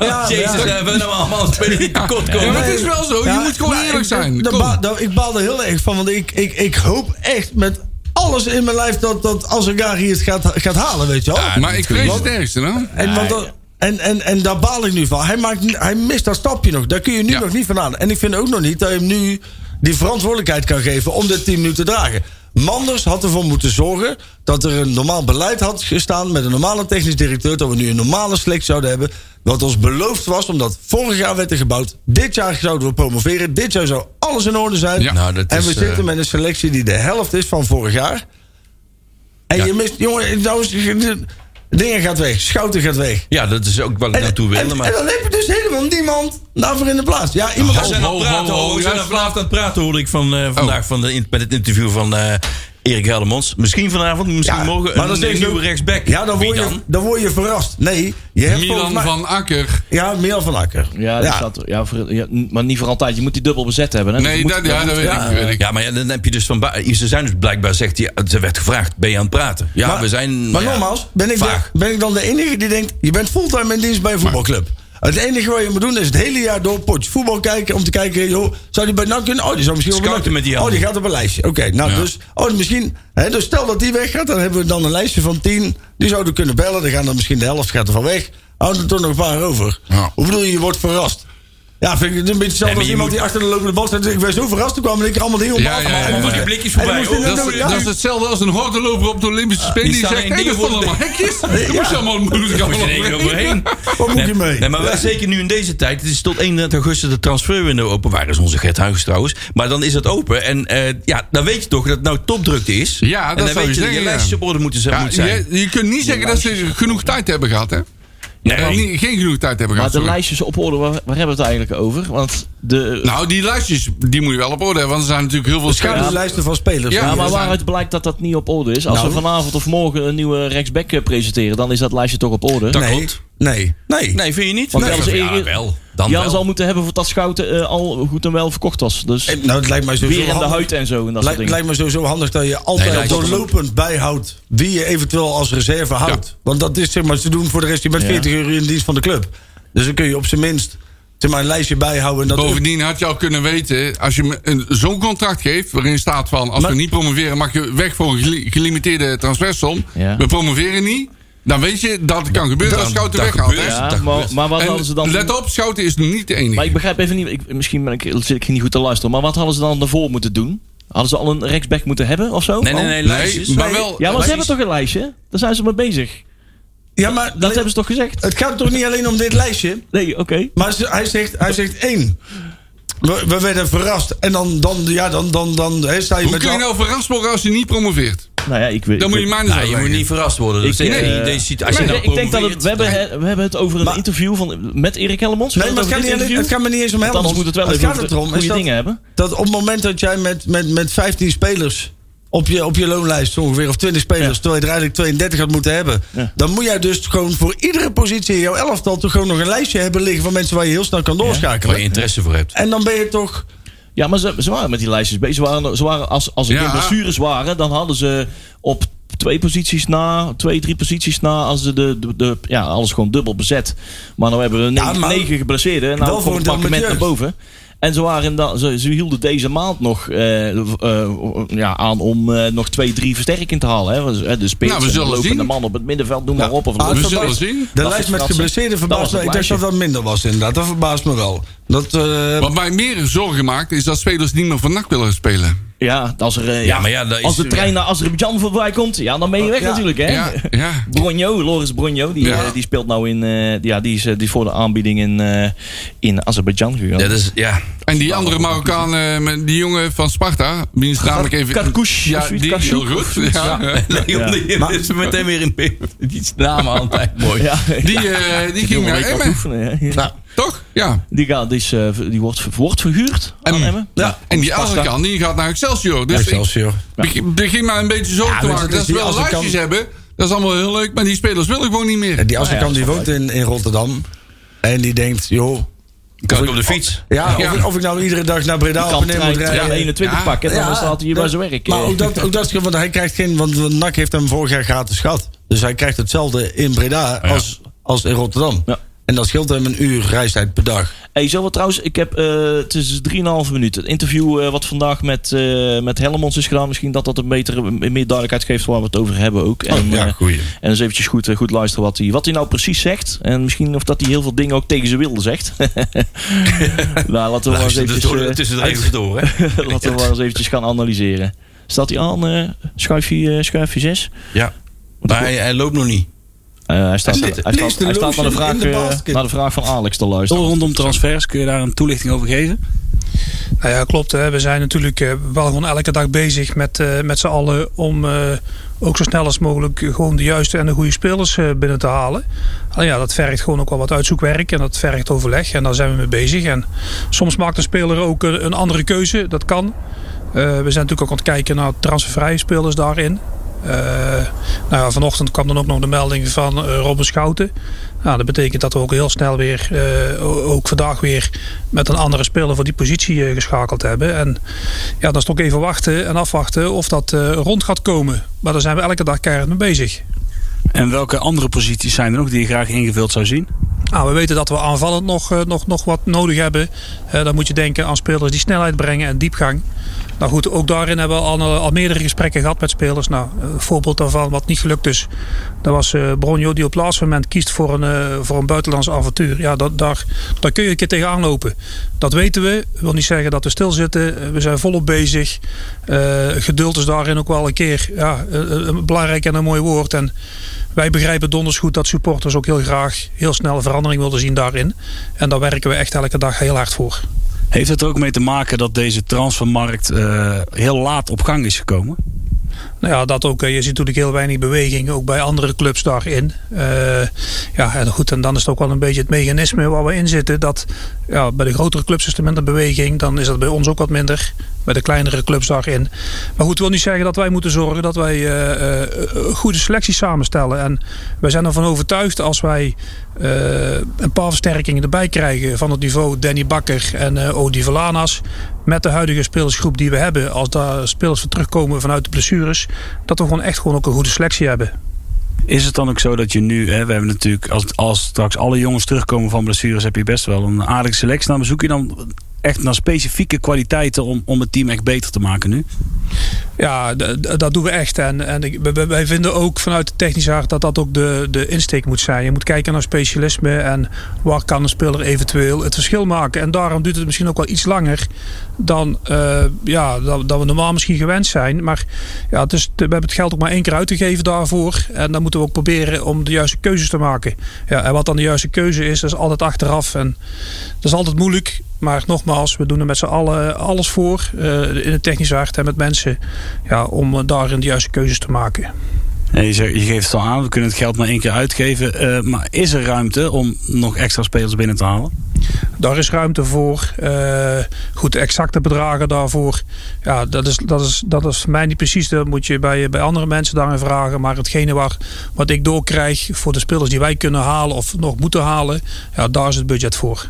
Ja,
Jezus,
ja.
we hebben hem allemaal spelen die tekort
Ja,
komen.
maar het is wel zo.
Ja,
je moet gewoon
maar
eerlijk
ik-
zijn.
dat
Kom.
ba- dat- ik baal er heel erg van, want ik, ik, ik hoop echt met alles in mijn lijf dat, dat Azagari het gaat, gaat halen, weet je wel.
maar ik vrees het ergste, hè?
En, want dat- en, en, en daar baal ik nu van. Hij, maakt, ni- hij mist dat stapje nog. Daar kun je nu
Ja.
nog niet van aan. En ik vind ook nog niet dat je hem nu die verantwoordelijkheid kan geven om dit team nu te dragen. Manders had ervoor moeten zorgen dat er een normaal beleid had gestaan met een normale technisch directeur. Dat we nu een normale selectie zouden hebben. Wat ons beloofd was, omdat vorig jaar werd er gebouwd. Dit jaar zouden we promoveren. Dit jaar zou alles in orde zijn.
Ja.
Nou, dat
en
is,
we
eh,
zitten met een selectie die de helft is van vorig jaar. En
Ja.
je mist, jongen, nou is, dingen gaat weg. Schouten gaat weg.
Ja, dat is ook waar ik naartoe Nou, wilde.
En,
Maar
en dan heb je dus helemaal niemand daarvoor in de plaats. Ja, iemand
we
als
zijn aan het
ho, ho,
praten,
ho,
hoor. We zijn aan
ja.
Oh.
het praten, hoorde ik van, eh, vandaag van de, in- met het interview van eh Erik Heldermans. Misschien vanavond, misschien
Ja,
morgen
maar
een,
dan zeg je
nieuwe
ook-
rechtsback.
Ja, dan
Wie
word, je, dan word je verrast. Nee, je hebt volgens
Milan
mij-
van Akker.
Ja, Milan van Akker.
Ja, dat staat- ja, voor- ja, maar niet voor altijd. Je moet die dubbel bezet hebben. Hè? Dus
Nee,
je moet-
dat, ja, dat weet ik. Weet ik.
Ja, maar ja, dan heb je dus van... ba- Ze zijn dus blijkbaar, zegt hij... Ze werd gevraagd, ben je aan het praten? Ja,
Maar-
we zijn...
Maar
ja,
nogmaals, ben ik, de,
vaag.
ben ik dan de enige die denkt... je bent fulltime in dienst bij een voetbalclub. Het enige wat je moet doen is het hele jaar door potje voetbal kijken... om te kijken, joh, zou die bij NAC kunnen? Oh, die zou misschien wel bij NAC
Scouten met die
Oh, die
handen.
gaat op een lijstje. Oké, nou
Ja.
dus... Oh, misschien... Hè, dus stel dat die weggaat, dan hebben we dan een lijstje van tien. Die zouden kunnen bellen, dan gaan er misschien de helft gaat er van weg. Houden er toch nog een paar over.
Ja.
Hoe bedoel je, je wordt verrast? Ja, vind ik het een beetje hetzelfde
maar
als
je
iemand
moet-
die achter de lopende bal staat... en zegt, ik ben zo verrast, toen kwam ik er allemaal dingen op
Ja,
aan.
ja, ja,
En
ja.
dan
Die
blik is
moest
voorbij,
hij
hoor.
dat
Dat
doen,
is,
ja.
dat is hetzelfde als een hordeloper op de Olympische Spelen.
Ah, Die
Die,
staan
zegt,
in
hé,
die
er vallen
voor-
allemaal hekjes. Daar moest je allemaal, moet ik
Moet je
allemaal
er één
overheen.
overheen.
Wat moet je
Nee,
mee?
nee, maar wij- zeker nu in deze tijd. Het is tot 31 augustus de transferwindow open. Waar is onze Gert Huijs trouwens? Maar dan is dat open. En eh, ja, dan weet je toch dat het nou topdrukte is.
Ja,
en
dat
dan
zou
weet je dat
je
je
zeggen, ja.
lijstjes op orde moeten zijn.
Ja,
moet zijn.
je, je kunt niet zeggen dat ze genoeg tijd hebben gehad, hè?
nee,
Eh, niet- geen genoeg tijd hebben
Maar
gehad.
de
sorry.
lijstjes op orde, waar, waar hebben we het eigenlijk over? Want de,
Nou, die lijstjes, die moet je wel op orde hebben. Want er zijn natuurlijk heel veel...
Schaam
spelers.
de lijsten van spelers.
Ja,
ja,
er
maar
zijn-
waaruit blijkt dat dat niet op orde is? Als
Nou.
we vanavond of morgen een nieuwe rechtsback eh, presenteren, dan is dat lijstje toch op orde.
Dat
nee,
klopt.
Nee, nee.
nee, vind je niet?
Want
Nee.
anders-
ja, wel. Dan
Die
wel.
hadden ze al moeten hebben voordat Schouten eh, al goed en wel verkocht was. Dus
Eh, Nou, het lijkt mij sowieso
weer in de
handig-
huid en zo en dat soort
Lijkt,
dingen.
lijkt me sowieso handig dat je altijd
Nee, lijkt me
doorlopend bijhoudt wie je eventueel als reserve houdt. Want dat is zeg maar te doen voor de rest. Je bent
Ja.
40 uur in dienst van de club. Dus dan kun je op zijn minst zeg maar, een lijstje bijhouden. En dat
Bovendien had je al kunnen weten, als je me een- zo'n contract geeft, waarin staat van als
Maar-
we niet promoveren, mag je weg voor een geli- gelimiteerde transfersom.
Ja.
We promoveren niet. Dan weet je dat het kan gebeuren als Schouten
dat
weggaat.
gebeurt.
hè?
dat
ja,
gebeurt.
maar, maar wat hadden ze
En
dan...
let op, Schouten is niet de
Maar ik
enige.
begrijp even niet, ik, misschien ben ik, zit ik niet goed te luisteren, maar wat hadden ze dan daarvoor moeten doen? Hadden ze al een rechtsback moeten hebben of zo?
Nee, nee,
Al?
nee.
Nee,
Lijstjes.
maar wel.
Ja, maar ze
Precies.
hebben toch een lijstje? Daar zijn ze mee bezig.
ja, maar
Dat hebben ze toch gezegd?
het gaat toch niet alleen om dit lijstje.
Nee, oké.
Maar ze- hij zegt, hij zegt één. We, we werden verrast. En dan, dan, ja, dan, dan, dan hè, sta je
Hoe
met...
kun je
de-
nou verrast worden als je niet promoveert?
Nou ja, ik weet
Dan
ik
moet
weet-
je mij eens
Nou, je moet
uitleggen.
niet verrast worden. Dus
Ik-
tegen
nee.
die- deze situatie- als je
Maar
nou
ik denk dat het-
promoveert,
we, hebben, het- we hebben het over een
Maar-
interview van, met Erik Hellemons.
Nee, maar het gaat, niet, alleen- het gaat me niet eens om helemaal.
Anders moet het wel even
gaat
over de
erom, is
goede
dat-
dingen hebben.
dat op het moment dat jij met, met, met 15 spelers op je, op je loonlijst ongeveer, of 20 spelers,
Ja.
terwijl je er eigenlijk 32 had moeten hebben,
Ja.
dan moet jij dus gewoon voor iedere positie in jouw elftal toch gewoon nog een lijstje hebben liggen van mensen waar je heel snel kan doorschakelen.
waar je interesse voor hebt.
En dan ben je toch.
Ja, maar ze, ze waren met die lijstjes bezig. Ze waren, ze waren, als, als er
Ja.
geen blessures waren, dan hadden ze op twee posities na, twee, drie posities na, als ze de, de, de- ja, alles gewoon dubbel bezet. Maar nou hebben we negen,
Ja, maar-
negen geblesseerden en
Wel
nou
voor
komt het
een deel met
pakkement naar
jeugd.
boven. En ze, waren dan, ze, ze hielden deze maand nog eh, eh, ja, aan om eh, nog twee, drie versterking te halen. Hè. Want, eh, De spits,
Nou, we
en de
zullen
lopende
zien.
man op het middenveld, noem maar op. Of
Ah, het
we
verbaast-
zullen zien.
De
Dat is
lijst met
verrassend.
geblesseerden
Dat
verbaast
was
me.
het
Ik dacht dat
lijstje.
dat minder was inderdaad. Dat verbaast me wel. Dat, eh,
Wat mij meer zorgen maakt, is dat spelers niet meer van NAC willen spelen.
Ja, als, er, eh,
Ja, maar ja, dat is-
als de trein naar Azerbeidzjan voorbij komt, ja, dan ben je weg
Ja.
natuurlijk. Hè?
Ja, ja.
Bronjo, Loris Bronjo, die,
Ja.
eh, die speelt nou in, eh, ja, die is, eh, die is voor de aanbieding in, eh, in Azerbeidzjan gegaan.
Ja, dat is, ja.
En die andere Marokkaan, eh, met die jongen van Sparta, die is namelijk even...
Karkouch,
Ja,
of zoiets,
die is heel
Karkouch, of
goed.
zoiets,
Ja.
ja.
Nee,
Ja.
omdat je-
Maar-
is meteen weer in beeld. Die naam altijd mooi.
Ja,
Die, eh, die ging
wil
naar
een week
Emmen,
oefenen, hè. Ja.
toch? Ja.
Die, gaat, die, is, eh, ver- die wordt, ver- wordt verhuurd aan
Emmen.
Emmen.
Ja. En die Azarkan, die gaat naar Excelsior. Dus
Excelsior.
ik beg- begin maar een beetje zorgen
Ja,
te
maar
maken.
dus
Dat ze
die
wel
Azarkan-
lijstjes hebben, dat is allemaal heel leuk. Maar die spelers wil ik gewoon niet meer.
Die Assekamp
Nou dat
die woont in, in Rotterdam. En die denkt, joh.
Kan ik op de fiets?
Ja,
Ja.
Of, ik, of ik nou iedere dag naar Breda op
Kan
en neer
trein
moet rijden.
21
Ja.
pakken, dan
Ja,
staat hij hier bij
dat-
zijn werk.
Maar
eh.
ook dat, ook dat, is- want hij krijgt geen. Want NAC heeft hem vorig jaar gratis gehad. Dus hij krijgt hetzelfde in Breda als, als in Rotterdam.
Ja.
En dat scheelt hem een uur reistijd per dag.
Hey, zo wat trouwens, ik heb, eh het is 3,5 minuten. Het interview eh, wat vandaag met, eh met Hellemons is gedaan, misschien dat dat een betere, een meer duidelijkheid geeft waar we het over hebben ook. en,
Oh, ja,
eh,
goeie.
en eens eventjes goed, eh, goed luisteren wat hij, wat hij nou precies zegt. En misschien of dat hij heel veel dingen ook tegen zijn wilde zegt. nou, laten we maar eens
Luister, dus
eventjes,
door-
eh,
tussen de regels door, hè?
laten we maar eens eventjes gaan analyseren. Staat hij aan, eh schuifje, eh, schuifje 6?
Ja. Maar hij, hij loopt nog niet.
Eh, hij staat,
Hij
hij
zit-
staat,
leest de
hij staat naar, de
lotion in
vraag,
de
eh,
basket.
naar de vraag van Alex te luisteren.
Veel rondom transfers, kun je daar een toelichting over geven?
Nou ja, klopt. Hè. We zijn natuurlijk eh, wel gewoon elke dag bezig met, eh, met z'n allen om eh, ook zo snel als mogelijk gewoon de juiste en de goede spelers eh, binnen te halen. Alleen ja, dat vergt gewoon ook wel wat uitzoekwerk en dat vergt overleg en daar zijn we mee bezig. En soms maakt een speler ook eh, een andere keuze, dat kan. we zijn natuurlijk ook aan het kijken naar transfervrije spelers daarin. Eh, nou ja, vanochtend kwam dan ook nog de melding van eh, Robben Schouten. Nou, dat betekent dat we ook heel snel weer, eh, o- ook vandaag weer, met een andere speler voor die positie eh, geschakeld hebben. En ja, dan is het ook even wachten en afwachten of dat eh, rond gaat komen. Maar daar zijn we elke dag keihard mee bezig.
En welke andere posities zijn er nog die je graag ingevuld zou zien?
Nou, we weten dat we aanvallend nog, eh, nog, nog wat nodig hebben. Eh, dan moet je denken aan spelers die snelheid brengen en diepgang. Nou goed, ook daarin hebben we al, eh, al meerdere gesprekken gehad met spelers. Nou, een voorbeeld daarvan wat niet gelukt is. Dat was eh Bronjo die op het laatste moment kiest voor een, eh, voor een buitenlands avontuur. Ja, dat, daar, daar kun je een keer tegenaan lopen. Dat weten we. Dat wil niet zeggen dat we stilzitten. Eh, We zijn volop bezig. Eh, geduld is daarin ook wel een keer ja, eh, een belangrijk en een mooi woord. En wij begrijpen donders goed dat supporters ook heel graag heel snel verandering wilden zien daarin. En daar werken we echt elke dag heel hard voor.
Heeft het er ook mee te maken dat deze transfermarkt eh, heel laat op gang is gekomen?
Nou ja, dat ook. eh, Je ziet natuurlijk heel weinig beweging, ook bij andere clubs daarin. Eh, ja, en goed, en dan is het ook wel een beetje het mechanisme waar we in zitten. Dat ja, bij de grotere clubs is er minder beweging, dan is dat bij ons ook wat minder. Bij de kleinere clubs daarin. Maar goed, het wil niet zeggen dat wij moeten zorgen dat wij eh, eh, een goede selecties samenstellen. En wij zijn ervan overtuigd als wij eh, een paar versterkingen erbij krijgen van het niveau Danny Bakker en eh Odi Valanas. Met de huidige spelersgroep die we hebben, als daar spelers voor terugkomen vanuit de blessures, dat we gewoon echt gewoon ook een goede selectie hebben.
Is het dan ook zo dat je nu, hè, we hebben natuurlijk, als, als straks alle jongens terugkomen van blessures, heb je best wel een aardige selectie. Dan zoek je dan echt naar specifieke kwaliteiten om, om het team echt beter te maken nu?
Ja, d- d- dat doen we echt. En, en ik- wij- wij- wij vinden ook vanuit de technische hart dat dat ook de, de insteek moet zijn. Je moet kijken naar specialisme en waar kan een speler eventueel het verschil maken. En daarom duurt het misschien ook wel iets langer dan, eh, ja, dan, dan we normaal misschien gewend zijn. Maar ja, het is, we hebben het geld ook maar één keer uitgegeven daarvoor. En dan moeten we ook proberen om de juiste keuzes te maken. Ja, en wat dan de juiste keuze is, dat is altijd achteraf. En dat is altijd moeilijk. Maar nogmaals, we doen er met z'n allen alles voor. eh, in het technische hart en met mensen. Ja, om eh, daarin de juiste keuzes te maken.
Ja, je, zegt- je geeft het al aan, we kunnen het geld maar één keer uitgeven. eh, maar is er ruimte om nog extra spelers binnen te halen?
Daar is ruimte voor. Eh, goed, de exacte bedragen daarvoor. Ja, dat is, dat, is, dat is voor mij niet precies. Dat moet je bij, bij andere mensen daarin vragen. Maar hetgene waar, wat ik doorkrijg voor de spelers die wij kunnen halen of nog moeten halen. Ja, daar is het budget voor.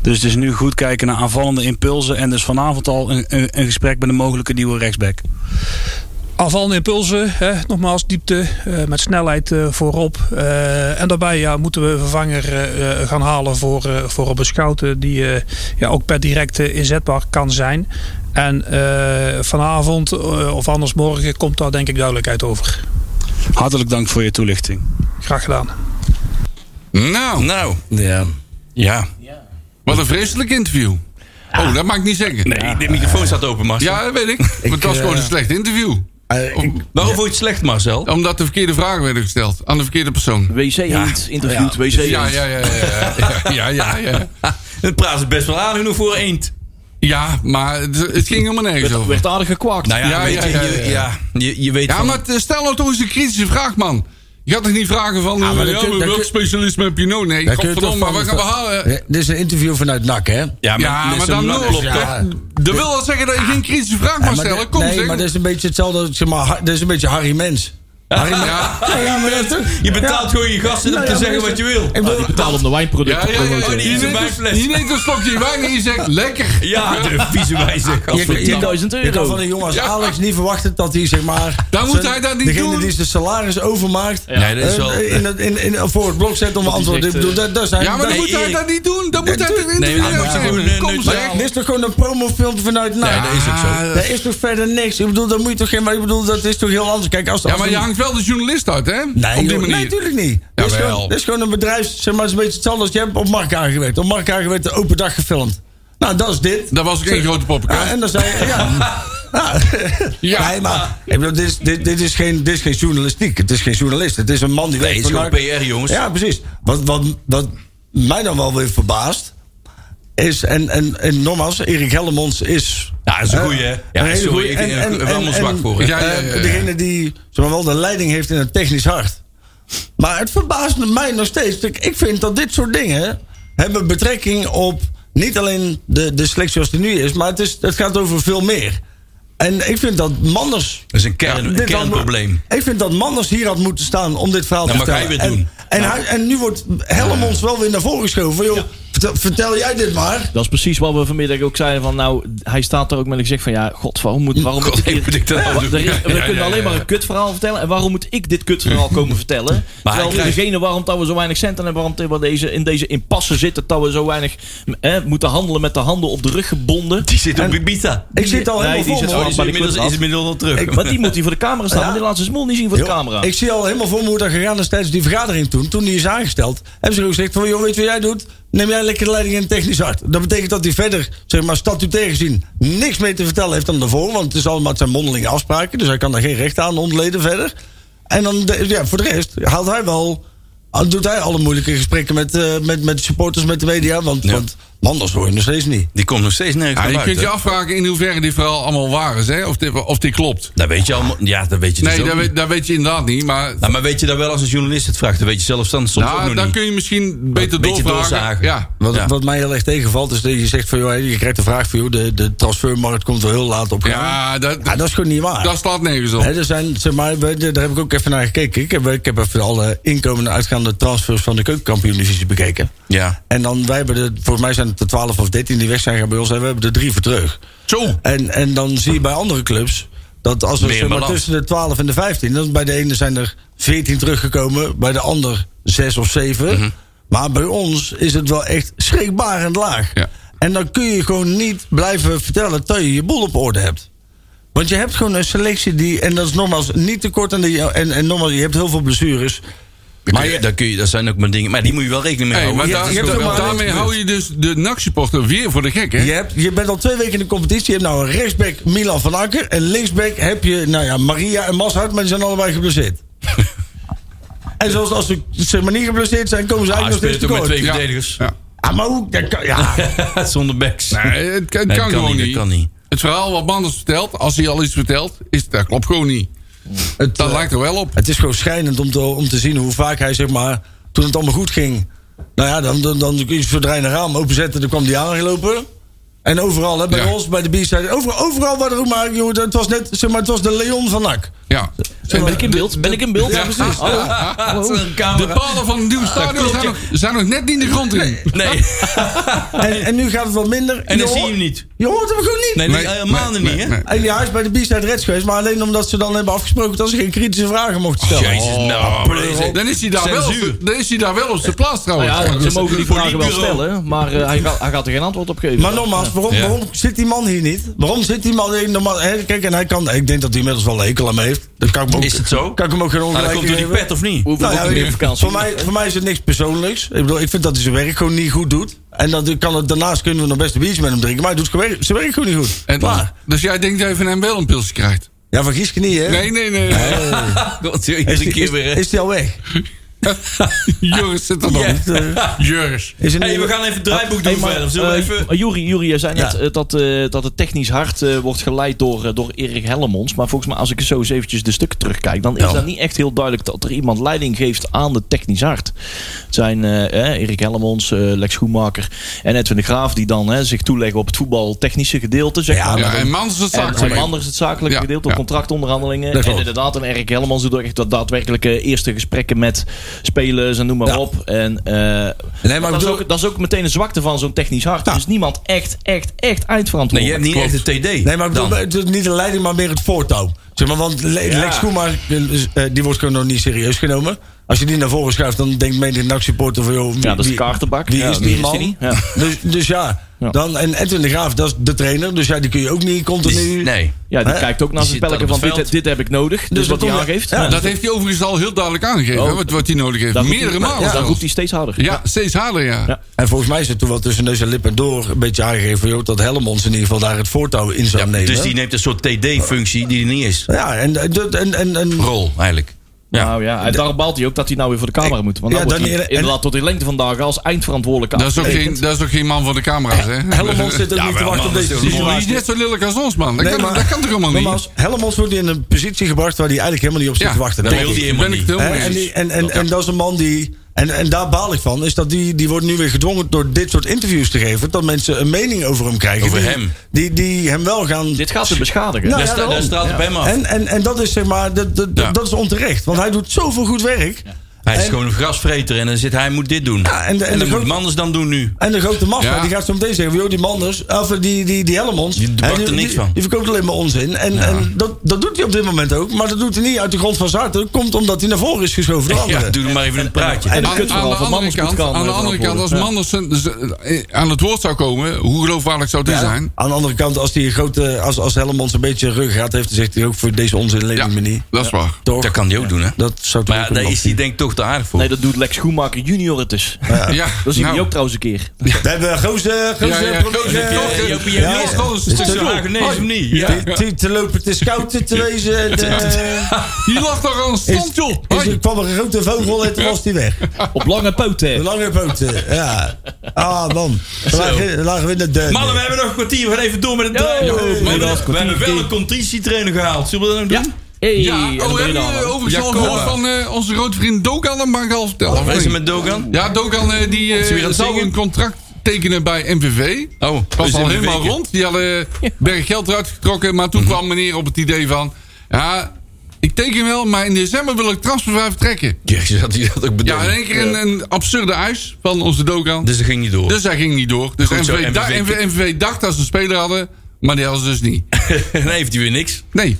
Dus het is nu goed kijken naar aanvallende impulsen. En dus vanavond al een, een, een gesprek met een mogelijke nieuwe rechtsback.
Aanvallende impulsen, hè, nogmaals diepte, eh, met snelheid eh, voorop. Eh, en daarbij ja, moeten we een vervanger eh, eh, gaan halen voor, eh voor Robben Schouten, die eh, ja, ook per direct eh, inzetbaar kan zijn. En eh, vanavond eh, of anders morgen komt daar denk ik duidelijkheid over.
Hartelijk dank voor je toelichting.
Graag gedaan.
Nou,
Nou,
Ja.
ja.
wat een vreselijk interview.
Ah.
Oh, dat mag ik niet zeggen.
Nee, de microfoon staat open, Marcel.
Ja, dat weet ik. Want het was gewoon een slecht interview.
Eh, ik-
Waarom vond je het slecht, Marcel?
Omdat de verkeerde vragen werden gesteld aan de verkeerde persoon.
WC Eend interviewt WC Eend.
Ja, ja, ja, ja, ja, ja, ja, ja.
Het praat ze best wel aan, genoeg voor eend.
Ja, maar het, het ging helemaal nergens
Werd,
over.
werd aardig gekwaakt.
Nou ja,
Ja,
weet
ja,
je,
ja,
je,
ja.
ja, je, je weet
Ja,
van-
maar t- stel nou toch eens een kritische vraag, man. Je gaat toch niet vragen van, eh,
maar dat
ja,
kun- dat
welk
kun-
specialisme heb je nou? Nee,
daar kun je toch
godverdomme, maar wat
van-
gaan we halen?
Eh, Dit is een interview vanuit NAC, hè?
ja, maar,
Ja,
met zo'n
maar dan
lang-
nul.
klopt, hè?
Ja.
Dat wil wel zeggen dat je geen kritische vraag mag
Ja, maar
stellen.
dit-
Kom
nee,
zeg.
maar dus- dat is een beetje hetzelfde. als, Zeg maar, ha- dat is een beetje Harry Mens. Harry Mens.
Ja.
Je betaalt gewoon je gasten om
Nou
te
ja,
zeggen
maar
wat je wil.
Ik bedoel,
Betaal Nou, om de wijnproducten
Ja,
te
ja, ja, ja.
promoten.
die
Je
is een
neemt
wijnfles.
een- Je neemt een slokje wijn en je zegt, lekker.
Ja, de vieze wijze.
je, je,
10.000
kan- je kan
euro.
van een jongen als
Ja.
Alex niet verwachten dat hij zeg maar...
Dan moet
zijn-
hij dat niet
degene
doen.
die zijn salaris overmaakt...
Nee, dat is
eh,
wel-
in, het- in, in, voor het blok zet om antwoord
zegt,
te bedoel,
eh,
dat, dat zijn...
Ja, maar dan
dat-
moet hij
Erik.
dat niet doen. Dan moet hij toch
nee,
interview
maar-
zeggen.
maar-
Kom
maar-
zeg.
dit is toch gewoon een promofilmpje vanuit NAC?
Nee, dat is ook zo.
Daar is toch verder niks? Ik bedoel, dat moet je toch geen... Maar ik bedoel, dat is toch heel anders? Kijk, als,
Ja,
als
maar je
een-
hangt wel de journalist uit, hè?
Nee,
Op die
joh, nee,
manier.
natuurlijk niet. Dit is,
Jawel.
gewoon, dit is gewoon een bedrijf, zeg maar, het is een beetje hetzelfde als jij hebt op Mark aangewerkt. Op Mark aangewerkt, de open dag gefilmd. Nou, dat is dit.
Dat was ook één grote
Ja,
poppenkast.
en dan zei je, ja. Ja.
Ja.
Nee, maar ik bedoel, dit, is, dit, dit, is geen, dit is geen journalistiek. Het is geen journalist. Het is een man die
Nee,
weet...
het is gewoon
van-
PR, jongens.
Ja, precies. Wat, wat, wat mij dan wel weer verbaast... is, en, en, en nogmaals, Erik Hellemons is...
Ja, dat is een goeie, hè?
een
Eh, Ja,
hele
sorry,
goeie.
ik
En- en-
heb er wel
en-
mijn zwak
en-
voor. hè.
Ja, ja, ja, ja.
eh, degene die zeg maar, wel de leiding heeft in het technisch hart. Maar het verbaast mij nog steeds. Ik ik vind dat dit soort dingen hebben betrekking op niet alleen de, de selectie zoals die nu is, maar het, is, het gaat over veel meer. En ik vind dat Manders...
Dat is een, kern, een
dit had-
kernprobleem.
ik vind dat Manders hier had moeten staan om dit verhaal
Ja,
te
maar ga
vertellen.
je weer doen.
En, en, hij- en nu wordt Helmonds wel weer naar voren geschoven. Van, Joh, vertel, vertel jij dit maar.
Dat is precies wat we vanmiddag ook zeiden. Van, nou, hij staat er ook met een gezicht van... Ja, god, waarom moet, waarom
God,
moet ik
moet
dit...
ik dat nou
Wa-
doen?
er is-
Ja,
we
ja,
kunnen
ja,
alleen maar
ja.
een kutverhaal vertellen. En waarom moet ik dit kutverhaal komen vertellen? Terwijl
hij krijgt-
degene waarom dat we zo weinig centen hebben... waarom dat we deze, in deze impasse zitten... dat we zo weinig eh, moeten handelen met de handen op de rug gebonden.
Die zit op Ibiza.
Ik zit al
Nee,
helemaal
die zit
voor me.
al-
Oh, die
maar
zit
die
inmiddels,
klopt
is inmiddels al terug.
Maar die moet hier voor de camera staan. want Die laat zijn smoel niet zien voor de
Joh,
camera.
Ik zie al helemaal voor me hoe dat gegaan is tijdens die vergadering toen. Toen die is aangesteld, hebben ze gewoon gezegd van... joh, weet je wat jij doet? Neem jij lekker de leiding in technisch hart. Dat betekent dat hij verder, zeg maar, statutair gezien... niks meer te vertellen heeft dan daarvoor. Want het is allemaal het zijn mondelinge afspraken. Dus hij kan daar geen recht aan ontleden verder. En dan, de- ja, voor de rest haalt hij wel... doet hij alle moeilijke gesprekken met, eh, met, met supporters, met de media. Want,
Ja.
want anders hoor je nog steeds niet.
Die komt nog steeds nergens
Ja,
naar
je
buiten.
kunt je afvragen in hoeverre dit verhaal allemaal waar is, hè? Of, dit, of dit klopt.
Dat weet je allemaal. Ja, dat weet je dus
Nee,
ook
dat
niet.
weet, dat weet je inderdaad niet. Maar
Nou, maar weet je dat wel als een journalist het vraagt? Dan weet je zelfs dan soms ook
nou,
nog
dan
niet.
kun je misschien beter
beetje
doorvragen.
doorzagen.
Ja.
Wat,
Ja.
wat mij heel erg tegenvalt is dat je zegt van... joh, je krijgt de vraag van... Joh, de, de transfermarkt komt wel heel laat op gang.
Ja, dat,
Ja, dat is gewoon niet waar.
dat staat nergens op.
Hè, er zijn, zeg maar, we- de- daar heb ik ook even naar gekeken. Ik heb, ik heb even alle inkomende en uitgaande transfers van de keukenkampioen-divisie bekeken.
Ja.
En dan, wij hebben de, volgens mij zijn het de 12 of 13 die weg zijn gaan bij ons. En we hebben er drie voor terug.
Zo.
En, en dan zie je bij andere clubs dat als er
Meer
zeg maar,
balans.
tussen de 12 en de 15, dan bij de ene zijn er 14 teruggekomen, bij de ander 6 of 7.
Mhm.
Maar bij ons is het wel echt schrikbarend laag.
Ja.
En dan kun je gewoon niet blijven vertellen dat je je boel op orde hebt. Want je hebt gewoon een selectie die, en dat is nogmaals niet tekort aan de. En, en nogmaals, je hebt heel veel blessures.
Maar je, dat, kun je, dat zijn ook maar dingen. Maar die moet je wel rekening mee
Hey,
houden.
maar
je-
daar-
je hebt
daar-
ook maar
daarmee
niks
hou je dus de NAC-supporter weer voor de gek, hè?
Je, hebt, je bent al twee weken in de competitie. Je hebt nou een rechtsback Milan van Akker. En linksback heb je, nou ja, Maria en Mashart. Maar die zijn allebei geblesseerd. en zoals als ze zeg maar, niet geblesseerd zijn, komen ze
Ah,
eigenlijk nog
speelt
steeds
ook met
tekort.
twee
Ja.
verdedigers.
Ja.
Ah, maar hoe? Dat kan, ja.
Zonder backs.
Nee, Eh, het, kan- het
Nee,
kan
dat
gewoon
niet, dat
niet.
kan niet.
Het verhaal wat Manders vertelt, als hij al iets vertelt, is, dat klopt gewoon niet.
het,
Dat
eh,
lijkt er wel op.
het is gewoon schrijnend om te, om te zien hoe vaak hij, zeg maar, toen het allemaal goed ging. Nou ja, dan, dan, dan kun je zodra je een raam openzetten, dan kwam die aangelopen. En overal, hè, bij
Ja.
ons, bij de B-side, overal, overal waar er ook maar, joh, het was net, zeg maar, het was de Leon van Nak.
Ja.
ben ik in beeld? Ben ik in beeld? Ja, precies. Hallo? Hallo?
De palen van het nieuwe stadion zijn nog, zijn nog net niet de grond in.
Nee,
En, en nu gaat het wat minder.
en
Je
dan zie je
hoort-
hem niet.
Je hoort hem gewoon niet.
Nee, nee, helemaal
nee,
niet,
nee,
hè?
nee.
En ja, hij is bij de B-side Reds geweest. Maar alleen omdat ze dan hebben afgesproken dat ze geen kritische vragen mochten stellen.
Jezus,
Oh,
nou, deze-
Dan is hij daar, wel,
Censuur.
op- dan is hij daar wel op zijn plaats trouwens.
Nou ja, ze mogen die vragen wel
Politbureau.
stellen, maar eh, hij, gaat, hij gaat er geen antwoord op geven.
Maar nogmaals, waarom,
Ja.
waarom zit die man hier niet? Waarom zit die man hier? Normaal- hè, Kijk, en hij kan, ik denk dat hij inmiddels wel een hekel aan me heeft. Dan kan ik hem ook,
Is het zo?
Kan ik hem ook geen
Nou, dan
ongelijk
komt door die
geven.
pet of niet?
Hoeveel
Nou ja,
nou,
weet
ja,
je,
vakantie?
voor, mij, voor mij is het niks persoonlijks. Ik bedoel, ik vind dat hij zijn werk gewoon niet goed doet. En dat, kan het, daarnaast kunnen we nog best een biertje met hem drinken. Maar hij doet zijn werk, zijn werk gewoon niet goed.
En,
Klaar.
dus jij denkt dat je van hem wel een pilsje krijgt?
Ja, van Gieske niet, hè?
Nee, nee, nee.
God, joh, eens
Is
een
die,
keer
is,
weer. hè.
is die al weg?
Joris zit er nog.
Ja.
Joris.
Is er
Hey, we
nieuwe- Ah,
gaan even het draaiboek doen verder.
maar,
eh,
Zullen we even...
Juri, Juri, jij zei
Ja.
net eh, dat, eh, dat het technisch hard eh, wordt geleid door, eh, door Erik Hellemons. Maar volgens mij, als ik zo eens eventjes de stukken terugkijk... dan is
Ja.
dat niet echt heel duidelijk dat er iemand leiding geeft aan de technisch hard. Het zijn eh, eh, Erik Hellemons, eh, Lex Schoenmaker en Edwin de Graaf... die dan eh, zich toeleggen op het voetbaltechnische gedeelte, zeg
Ja,
maar.
Ja,
Maar
en Manders het
En
zaak.
Tim Anders het zakelijke
Ja,
gedeelte, op
ja.
contractonderhandelingen.
Dat
En
klopt.
inderdaad, en Erik Hellemans doet ook echt dat daadwerkelijke eerste gesprekken met spelers en noem maar
Ja.
op. En, eh,
Nee, maar ik
dat, is
bedoel-
ook, dat is ook meteen een zwakte van zo'n technisch hart.
Ja.
Dus niemand echt, echt, echt
Nee,
eindverantwoordelijk.
je hebt niet echt de TD.
Nee, maar ik bedoel,
Dan.
het is niet de leiding, maar meer het voortouw. Zeg maar, want Le- Lex Koeman, eh, die wordt gewoon nog niet serieus genomen. Als je die naar voren schuift, dan denkt menig een supporter van... Joh, wie-
Ja, dat is
wie-
de kaartenbak.
Wie
Ja,
is
meer
die man?
die niet.
Dus, dus ja,
Ja.
Dan, en Edwin de Graaf, dat is de trainer. Dus ja, die kun je ook niet continu...
Nee.
Ja, die
Hè?
kijkt ook naar zijn
Die zit
spelletje
dan
van
op
dit,
het veld.
dit heb ik nodig. Dus,
dan
wat hij
kom je-
aangeeft.
Ja,
Dat heeft hij overigens al heel duidelijk aangegeven,
Oh.
hè, wat, wat hij nodig heeft.
Daar roept
Meerdere
hij-
malen.
Daar
zelfs.
roept hij steeds harder.
Ja, steeds harder, ja.
Ja.
En volgens mij is het toen wel tussen neus en lippen door een beetje aangegeven... van, Joh, dat Helmonds in ieder geval daar het voortouw in zou nemen.
Dus die neemt een soort TD-functie die er niet is.
Ja, en, en, en, en, en
Rol, eigenlijk. Ja.
Nou ja, en daarom baalt hij ook dat hij nou weer voor de camera moet. Want
Ja,
dan wordt
dan-
hij
en-
inderdaad tot in lengte van dagen als eindverantwoordelijke
Dat is, ook
afgerekend.
geen, dat is ook geen man voor de camera's, hè?
Helmonds zit ook
Ja,
niet te
wel,
wachten
man,
op
dat is
deze
heel
Die is
situatie.
net zo lelijk als ons, man. Dat,
Nee,
kan,
maar-
dat kan toch helemaal niet?
Nogmaals, Helmonds wordt in een positie gebracht waar hij eigenlijk helemaal niet op zit
Ja,
te wachten.
dat
denk
wil
ik.
hij
ben
helemaal niet.
ik het helemaal
Hè, en,
mee
die-
eens.
en, en, en dat is een man die. En En, en daar baal ik van. Is dat die, die wordt nu weer gedwongen door dit soort interviews te geven. Dat mensen een mening over hem krijgen.
Over
die,
hem.
Die, die hem wel gaan...
Dit gaat ze beschadigen.
Nou,
daar,
ja,
sta- daar
daarom.
straalt het bij hem af.
En, en, en dat is zeg maar... Dat, dat,
Ja.
dat is onterecht. Want hij doet zoveel goed werk.
hij is
en-
gewoon een grasvreter en dan zit hij moet dit doen.
Ja, en
en,
de- en
dan
de
moet
grote-
iemand anders dan doen nu.
En de grote massa,
Ja.
die gaat zo meteen zeggen... joh, die Manders, of eh, die, die, die Helmonds...
Die bakt
hè,
er niks van.
Die, verkoopt alleen maar onzin. En, en dat, dat doet hij op dit moment ook. Maar dat doet hij niet uit de grond van zijn hart. Dat komt omdat hij naar voren is geschoven door
Ja,
anderen.
doe er maar even een praatje.
en-
Aan, aan de
van
andere
Manders moet
kant,
kan,
aan de
eh,
andere kant, als
worden.
Mandersen z- eh, aan het woord zou komen, hoe geloofwaardig zou die
Ja,
zijn?
Aan de andere kant, als, die grote, als, als Helmonds een beetje rug gaat... heeft hij zegt hij ook voor deze onzin leef
Ja,
ik me niet.
dat is waar.
Toch?
Dat kan hij ook doen, hè?
Dat zou toch
Maar ja,
ook een
daar is
optie.
hij denk ik toch te aardig voor.
Nee, dat doet Lex Schoenmaker junior het dus.
Ja,
Dat zien we
nou.
ook trouwens een keer.
We hebben Goze, Goze,
Ja, ja,
probeer-
Goze,
eh,
Goze.
Ja, Jopie, je
Ja,
hebt
ja.
niet alles
Is
tussen
het
hagen, nee, is hem niet. Ja.
te, te- te lopen, te scouten, te wezen. te-
Hier lag toch een stand, joh.
is,
Hoi.
er kwam een grote vogel en toen was hij weg.
Op lange
De
poten.
lange poten, ja. Ah, man. We lagen, we lagen weer in de deur.
Mannen, we hebben nog een kwartier. We gaan even door met het
Ja,
draai.
we
we,
hebben
hebben,
nog een
we hebben wel
kwartier.
een conditietrainer gehaald. Zullen we dat nou
Ja.
doen?
Hey,
Ja,
en dan
oh,
ben je
hebben
daar
jullie
aan.
overigens al
Jacoba.
gehoord van eh, onze grote vriend Dogan? Dat mag ik al vertellen. of
Wat is
niet?
er met Dogan?
Ja, Dogan eh, die
Is hij weer aan
eh
het
zou
zingen?
een contract tekenen bij MVV.
Oh,
was
dus
al
in de
helemaal
weken.
rond. Die hadden berg geld eruit getrokken. Maar toen
Mhm.
kwam meneer op het idee van... Ja, ik teken wel, maar in december wil ik transfervrij vertrekken.
Jezus, had hij dat ook
Ja,
bedacht.
in één keer een, een absurde eis van onze Dogan.
dus
Dus,
dat ging niet door.
hij ging niet door. Dus
Goed
MVV,
zo,
da-
MVV.
MVV MVV dacht dat ze een speler hadden. Maar die hadden ze dus niet.
dan heeft hij weer niks.
Nee.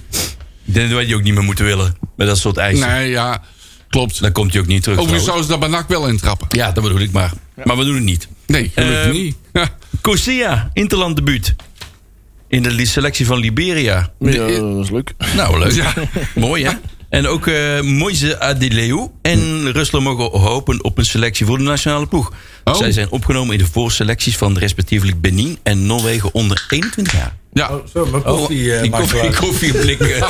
Dan had je ook niet meer moeten willen. Met dat soort eisen.
Nee, ja. Klopt.
Dan komt hij ook niet terug.
Overigens
trouwens.
zouden ze daar bij NAC wel intrappen.
Ja, dat bedoel ik maar. Maar we doen het niet.
Nee, gelukkig
Ehm,
niet. Ja.
Corsia, Interland debuut. In de li- selectie van Liberia.
Ja, dat is leuk.
Nou, leuk. Mooi, hè? En ook eh Moise Adeleu en Rusland mogen hopen op een selectie voor de nationale ploeg.
Oh.
Zij zijn opgenomen in de voorselecties van respectievelijk Benin en Noorwegen onder 21 jaar.
ja.
Zo, mijn koffie eh,
Oh, die
maakt wel
koffie,
uit.
koffieblik. eh.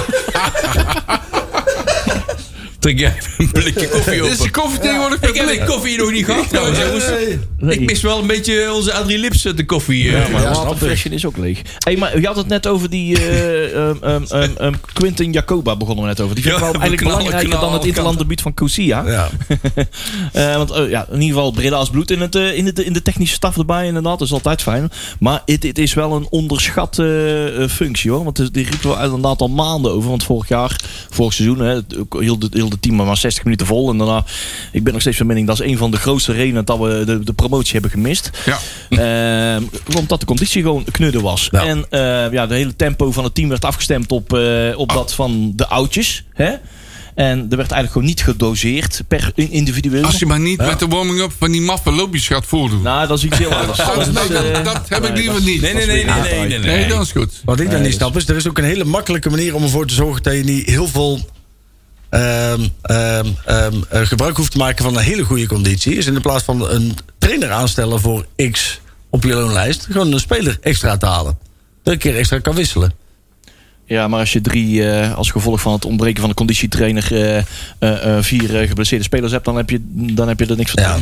Drink jij even een blikje koffie
Is de
open?
koffie tegenwoordig
Ik heb die koffie nog niet gehad trouwens, jongens.
Nee.
Ik mis wel een beetje onze Adrie Lips de koffie. eh.
Ja, maar waterflesje is ook leeg. Hey, maar je had het net over die eh ehm, ehm, ehm, ehm, Quinten Jacoba begonnen we net over. Die vind ik
Ja,
wel
we
eigenlijk
knallen-
belangrijker
knallen
dan het
alle
interlandgebied van Kousia.
Ja.
Eh, want eh, ja, in ieder geval Breda's bloed in, het, eh, in, het, in de technische staf erbij inderdaad. Dat is altijd fijn. Maar het, het is wel een onderschatte eh, functie hoor. Want die riepen we inderdaad al maanden over. Want vorig jaar, vorig seizoen, hè, het- ook hield het heel de team maar 60 minuten vol. En daarna, ik ben nog steeds van mening, dat is een van de grootste redenen dat we de, de promotie hebben gemist.
Ja.
Ehm, omdat de conditie gewoon knudden was.
Ja.
En eh, ja, de hele tempo van het team werd afgestemd op, eh, op dat van de oudjes. Hè? En er werd eigenlijk gewoon niet gedoseerd per in- individueel.
Als je maar niet met de warming-up van die maffe loopjes gaat voordoen.
Nou, dat is eh, iets heel anders.
dat, is- nee, dat- dat heb ik liever niet.
Nee, nee, nee, nee, nee, nee,
Nee,
nee.
dat is goed.
Wat ik dan niet snap is, er is ook een hele makkelijke manier om ervoor te zorgen dat je niet heel veel ehm, ehm, ehm, eh, gebruik hoeft te maken van een hele goede conditie. Is in de plaats van een trainer aanstellen voor X op je loonlijst, gewoon een speler extra te halen. Dat je een keer extra kan wisselen.
Ja, maar als je drie, eh, als gevolg van het ontbreken van de conditietrainer, eh, eh, eh, vier eh, geblesseerde spelers hebt, dan heb je, dan heb je er niks van.
Ja.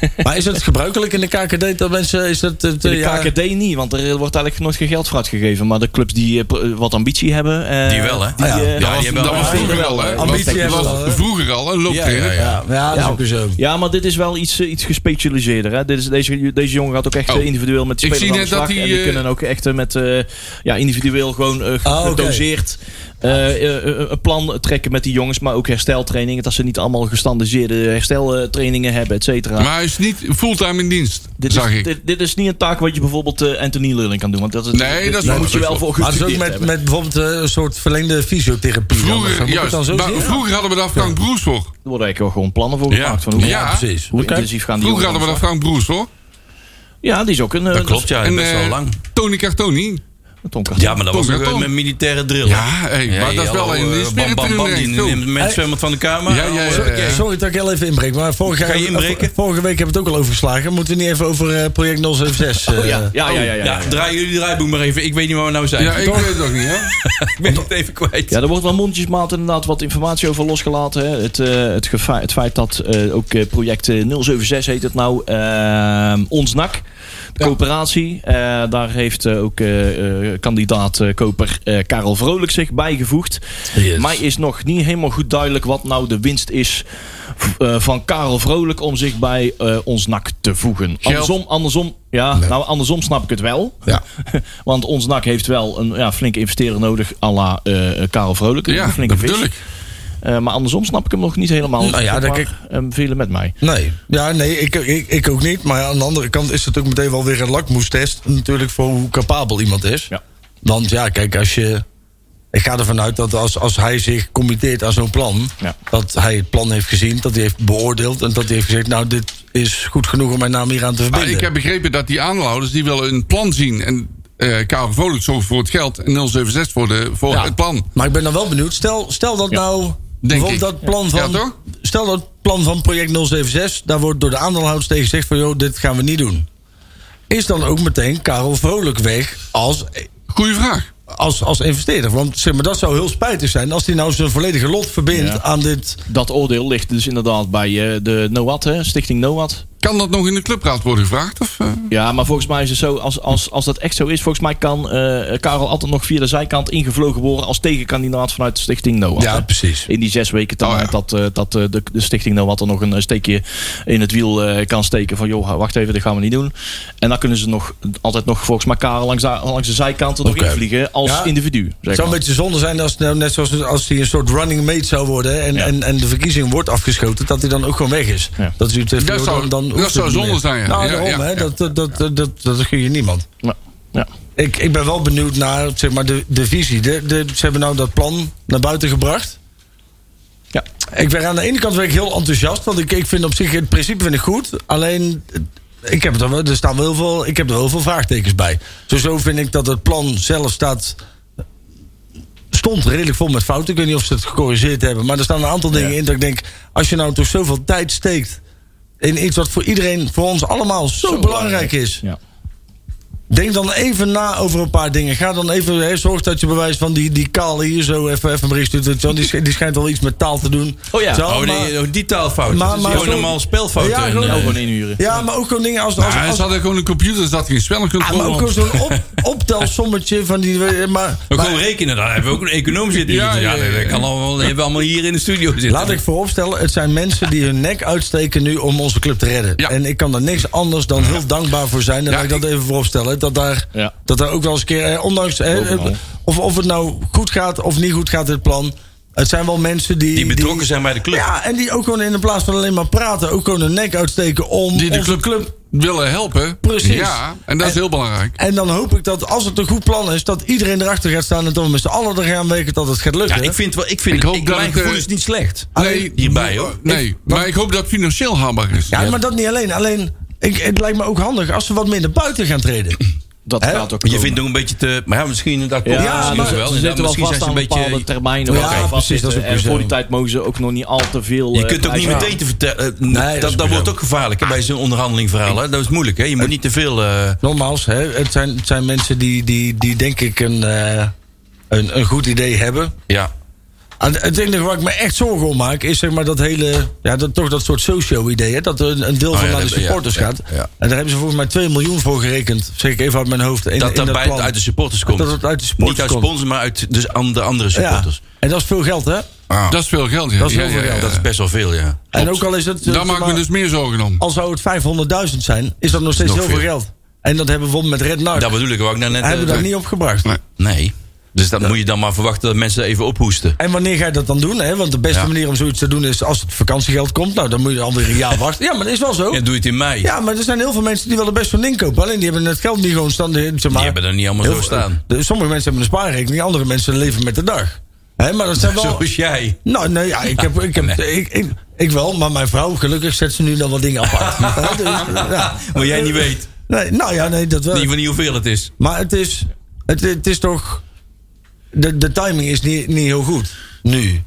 Ja.
maar is het gebruikelijk in de KKD dat mensen. Is dat, eh,
De
ja,
KKD niet, want er eh, wordt eigenlijk nooit geen geld voor uitgegeven. Maar de clubs die eh, pro- wat ambitie hebben... eh,
Die wel, hè?
Die,
Ja.
eh,
Ja,
Dat was,
je hebt
dat
wel-
was vroeger al, hè? Dat
Ambitie
was-
hebben we
dat
al,
was
hè?
vroeger al, een looptrainer.
Ja, ja,
ja, ja, dat is
Ja.
ook weer zo.
Ja, maar dit is wel iets, eh, iets gespecialiseerder. Hè? Dit is, deze, deze jongen gaat ook echt
Oh.
eh, individueel met de
Ik
spelers
zie
aan de
net dat
slag.
die,
en die
eh,
kunnen ook echt eh, met, eh, ja, individueel gewoon eh, ge-
Ah, oké.
gedoseerd eh, eh, eh, een plan trekken met die jongens. Maar ook hersteltrainingen. Dat ze niet allemaal gestandardiseerde hersteltrainingen hebben, et cetera.
Maar hij is niet fulltime in dienst,
dit,
zag
is,
ik.
dit, dit is niet een taak wat je bijvoorbeeld eh, Anthony Lulling kan doen. Want dat is,
Nee,
dit-
dat is
daar
waar,
moet je
dat
wel
is
voor
Maar het is ook
gestudeerd
met,
hebben.
met bijvoorbeeld eh, een soort verlengde fysiotherapie. dan. Moet
Vroeger,
ik het dan
juist.
zo
Maar
zien?
vroeger hadden we daar Frank Broers voor.
Er worden eigenlijk wel gewoon plannen voor
Ja.
gemaakt. Van hoe,
Ja,
precies.
hoe intensief gaan die
Vroeger hadden
jongens
we daar
aan de
Frank Broers voor.
slag? Ja, die is ook een... eh,
Dat klopt, ja.
En,
best wel
eh,
lang.
Tony Cartoni.
een tonkast.
Ja, maar dat was
Tom,
ook
Tom.
eh, met militaire drill.
Ja,
hè?
hey, maar dat is wel
hallo,
in de
eh,
spirit
Bam, bam, bam,
erin,
die
Tom.
neemt mensen zwemmen van de kamer. Oh, eh.
Ja, ja, ja.
Sorry, sorry dat ik heel even inbreek, maar vorige,
Ga je inbreken?
vorige week hebben we het ook al overgeslagen. Moeten we niet even over eh, project 076? eh,
ja, ja, ja, ja,
Ja,
ja.
draai jullie draaiboek maar even. Ik weet niet waar we nou zijn.
Ja, ik weet het ook niet, hè?
Ik ben het even kwijt.
Ja, er wordt wel mondjesmaat inderdaad wat informatie over losgelaten. Hè. Het, eh, het, gefa- het feit dat eh, ook eh, project eh, 076 heet het nou, ehm ons nak. coöperatie. Eh, daar heeft eh, ook eh, eh, kandidaat eh, koper eh, Karel Vrolijk zich bijgevoegd. Mij is nog niet helemaal goed duidelijk wat nou de winst is v- eh, van Karel Vrolijk om zich bij eh, ons NAC te voegen. Andersom, andersom, ja, nou, andersom snap ik het wel.
Ja.
Want ons NAC heeft wel een ja, flinke investeerder nodig à la eh, Karel Vrolijk.
Ja,
een flinke
dat
vis.
bedoel ik.
Eh, maar andersom snap ik hem nog niet helemaal.
Nou ja,
Zeg
dat
maar,
ik-
eh, velen met mij.
Nee, ja, nee ik, ik, ik ook niet. Maar aan de andere kant is het ook meteen wel weer een lakmoestest. Natuurlijk voor hoe capabel iemand is.
Ja.
Want ja, kijk, als je. Ik ga ervan uit dat als, als hij zich committeert aan zo'n plan.
Ja.
dat hij het plan heeft gezien, dat hij heeft beoordeeld. en dat hij heeft gezegd: Nou, dit is goed genoeg om mijn naam hier aan te
Maar
verbinden.
ik heb begrepen dat die aanhouders die willen een plan zien. En eh Karel Vrolijk zorgt voor het geld en 076 voor, de, voor
Ja.
het plan.
Maar ik ben dan wel benieuwd. Stel, stel dat nou. bijvoorbeeld
ik.
dat plan
Ja,
van.
toch?
stel dat het plan van project 076. Daar wordt door de aandeelhouders tegen gezegd: van joh, dit gaan we niet doen. Is dan ook meteen Karel Vrolijk weg als,
Goeie vraag.
als, als investeerder? Want zeg maar, dat zou heel spijtig zijn als hij nou zijn volledige lot verbindt
Ja.
aan dit.
Dat oordeel ligt dus inderdaad bij eh, de NOAD, hè, Stichting NOAD.
Kan dat nog in de clubraad worden gevraagd? Of, eh?
Nou,
Ja, maar volgens mij is het zo, als, als, als dat echt zo is, volgens mij kan eh, Karel altijd nog via de zijkant ingevlogen worden als tegenkandidaat vanuit de Stichting NOAD. hè.
precies.
In die zes weken tijd
Oh ja.
dat, eh, dat eh, de, de Stichting NOAD er nog een eh, steekje in het wiel eh, kan steken van joh, wacht even, dat gaan we niet doen. En dan kunnen ze nog, altijd nog volgens mij Karel langs, de- langs de zijkant er nog
Oké.
invliegen als
Ja.
individu.
Het
Zeg
zou een
maar.
beetje zonde zijn als, nou, net zoals als hij een soort running mate zou worden. En,
Ja.
en, en de verkiezing wordt afgeschoten, dat hij dan ook gewoon weg is.
Ja.
Dat, hij
Dat zou- dat zou zonde zijn, ja.
Nou,
Ja,
daarom,
ja,
hè,
ja.
Dat, dat, dat, dat, dat, gun je niemand.
Ja. Ja.
Ik, ik ben wel benieuwd naar zeg maar, de, de visie. De, de, ze hebben nou dat plan naar buiten gebracht.
Ja.
Ik ben aan de ene kant ben ik heel enthousiast, want ik, ik vind op zich het principe vind ik goed. Alleen, eh, ik heb er, wel- er staan wel heel veel, ik heb er wel heel veel vraagtekens bij. Sowieso vind ik dat het plan zelf staat. Stond redelijk vol met fouten. Ik weet niet of ze het gecorrigeerd hebben. Maar er staan een aantal dingen in dat ik denk. Als je nou toch zoveel tijd steekt. in iets wat voor iedereen, voor ons allemaal zo, belangrijk is.
eh, Ja.
Denk dan even na over een paar dingen. Ga dan even, hè, zorg dat je bewijs van die, die kale hier zo even, even een bericht doet. weet je wel. Die, sch- die schijnt wel iets met taal te doen.
Oh ja.
Zo,
Oh,
maar-
nee, oh, die taalfout.
Maar-
Maar,
maar
gewoon
zo-
normaal spelfouten.
Ja,
En,
gewoon-
eh,
Gewoon inhuren.
Ja, maar ook zo'n ding als... als,
Nou,
als
ze hadden gewoon een computer, er zat geen
ah, maar
spellencontrole
ook
op.
gewoon zo'n op, optelsommetje van die... Maar,
ook
maar-
gewoon rekenen, daar hebben we ook een econoom zitten.
Ja,
Ja, ja,
ja, ja,
dat
ja.
kan allemaal, hebben we allemaal hier in de studio zitten.
laat ik vooropstellen, het zijn mensen die hun nek uitsteken nu om onze club te redden.
Ja.
En ik kan daar niks anders dan heel dankbaar voor zijn. En
Ja,
laat ik dat even vooropstellen. Dat daar,
Ja.
dat daar ook wel eens een keer, eh, ondanks eh,
Bovenal.
of, of het nou goed gaat of niet goed gaat, dit plan. Het zijn wel mensen die...
Die betrokken zijn bij de club.
Ja, en die ook gewoon in de plaats van alleen maar praten, ook gewoon hun nek uitsteken om
Die de
onze
club, willen helpen.
Precies.
Ja, en dat is heel belangrijk.
En dan hoop ik dat als het een goed plan is, dat iedereen erachter gaat staan en dat we met z'n allen er gaan werken dat het gaat
Ja,
lukken.
ik vind wel, ik vind,
Ik hoop
ik-
dat
mijn
het, eh,
gevoel is niet slecht.
Ah,
Nee,
hierbij, hoor.
Nee, maar ik hoop dat het financieel haalbaar is.
ja, maar dat niet alleen. Alleen, ik, het lijkt me ook handig als we wat minder buiten gaan treden.
Dat
Hè?
gaat ook
Je
komen.
vindt nog een beetje te... Maar ja, misschien... Dat komt
Ja,
misschien
maar ze,
wel.
ze zitten wel
misschien
vast aan
zijn ze
bepaalde termijnen.
Ja,
waar ze
precies,
vastzitten.
dat is ook
en
weer zo.
voor die tijd mogen ze ook nog niet al te veel...
Je
eh,
kunt ook niet
prijzen-
meteen te vertellen.
dat is
dat dat
ook
wordt
zo.
ook gevaarlijk hè, bij zo'n onderhandeling verhaal. Hè? Dat is moeilijk. Hè? Je moet niet te veel. eh,
Nogmaals, hè, het, zijn, het zijn mensen die, die, die denk ik een, eh, een, een goed idee hebben.
ja.
En Ah, Het enige waar ik me echt zorgen om maak, is zeg maar dat hele, ja, dat, toch dat soort socio-idee. hè, Dat er een, een deel van
Oh ja,
naar de
dat- ja,
supporters
ja,
gaat.
ja.
En daar hebben ze volgens mij 2 miljoen voor gerekend. Zeg ik even uit mijn hoofd. In,
dat
in
dat bij-
plan.
uit de supporters komt.
Dat het uit de supporters
niet uit
komt.
sponsors, maar uit dus aan de andere supporters.
Ja. En dat is veel geld, hè?
Dat is veel geld. Ja.
Dat is heel
Ja,
veel
ja,
geld.
ja.
Dat is best wel veel, ja.
En ook al is het. eh,
Daar maak ik
maar-
me dus meer zorgen om.
Al zou het 500.000 zijn, is dat nog steeds
nog
heel veel
veel.
geld. En dat hebben we bijvoorbeeld met Red Nacht.
Dat bedoel ik ook net.
hebben
eh,
we dat niet opgebracht.
Nee.
Nee. Dus dan moet je dan maar verwachten dat mensen even ophoesten.
En wanneer ga je dat dan doen? Hè? Want de beste
Ja.
manier om zoiets te doen is als het vakantiegeld komt. Nou, dan moet je dan weer een jaar wachten. Ja, maar dat is wel zo.
En doe je het in mei.
Ja, maar er zijn heel veel mensen die willen best van inkopen. Alleen die hebben het geld niet gewoon staan. Zeg maar,
Die hebben er niet allemaal
heel
zo
veel-
staan.
de- sommige mensen hebben een spaarrekening, andere mensen leven met de dag. Hè, maar dat zijn wel.
Zoals jij.
Nou, nee, ja, ik, heb, ik, heb,
Nee.
ik, ik, ik wel, maar mijn vrouw, gelukkig zet ze nu dan wat dingen apart. Hè, dus, ja.
Maar jij niet weet.
Nee, nou ja, nee, dat wel.
Niet van niet hoeveel het is.
Maar het is, het, het is toch. De, de timing is niet, niet heel goed nu.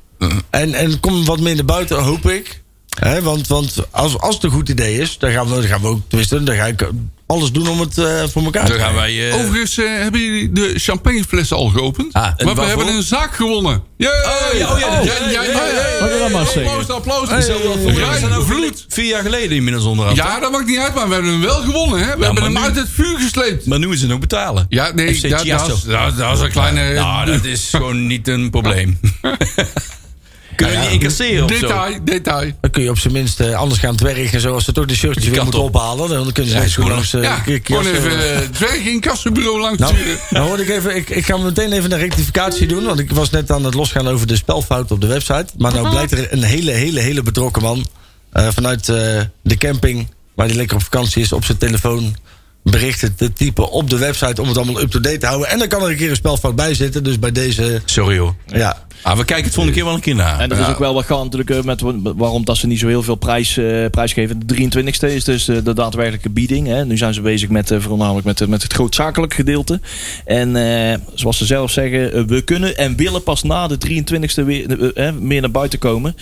En, en kom wat minder buiten, hoop ik. Hè, want want als, als het een goed idee is, dan gaan we, dan gaan we ook twisten. Dan ga ik alles doen om het eh, voor elkaar te
Dan gaan
krijgen.
wij... eh,
Overigens eh, hebben jullie de champagneflessen al geopend.
Ah, en
maar we
waarvoor?
hebben een zaak gewonnen. Yay!
Oh, ja, oh, ja, dat-
Ja, ja, ja,
hey,
ja.
Laten we dat maar zeggen.
Applaus, applaus.
we
Rijn,
zijn ook
vloed.
vier jaar geleden inmiddels onderhand.
Ja, dat maakt niet uit, maar we hebben hem wel gewonnen. Hè? We hebben
Nou, maar
hem
nu-
uit het vuur gesleept.
Maar nu is het ook betalen.
Ja, nee,
FC
dat- dat
Chiasso.
is- dat- dat is een kleine- eh,
Nou, dat is gewoon niet een probleem. Kunnen we niet incasseren of zo?
Detail, detail.
Dan kun je op zijn minst eh, anders gaan dwergen. Zoals ze toch de shirtjes weer
kant
moeten
op.
ophalen. Dan kunnen
Ja,
ze net
is
zo
goed.
langs... eh,
Ja,
een keer- keer-
gewoon even eh, dwerg in kassenbureau langs
Nou,
sturen.
nou hoorde ik even, ik, ik ga meteen even een rectificatie doen. Want ik was net aan het losgaan over de spelfout op de website. Maar nou blijkt er een hele, hele, hele betrokken man eh, vanuit eh, de camping, waar hij lekker op vakantie is, op zijn telefoon berichten te typen op de website om het allemaal up-to-date te houden. En dan kan er een keer een spelfout bij zitten. Dus bij deze,
Sorry hoor.
ja.
Ah, we kijken het volgende keer wel een keer naar.
En er is ook wel wat gaan natuurlijk eh, met wa- waarom dat ze niet zo heel veel prijs, eh, prijs geven. De 23e is dus eh, de daadwerkelijke bieding. Hè. Nu zijn ze bezig met, eh, voornamelijk met, eh, met het grootzakelijk gedeelte. En eh, zoals ze zelf zeggen, eh, we kunnen en willen pas na de 23e weer, eh, eh, meer naar buiten komen.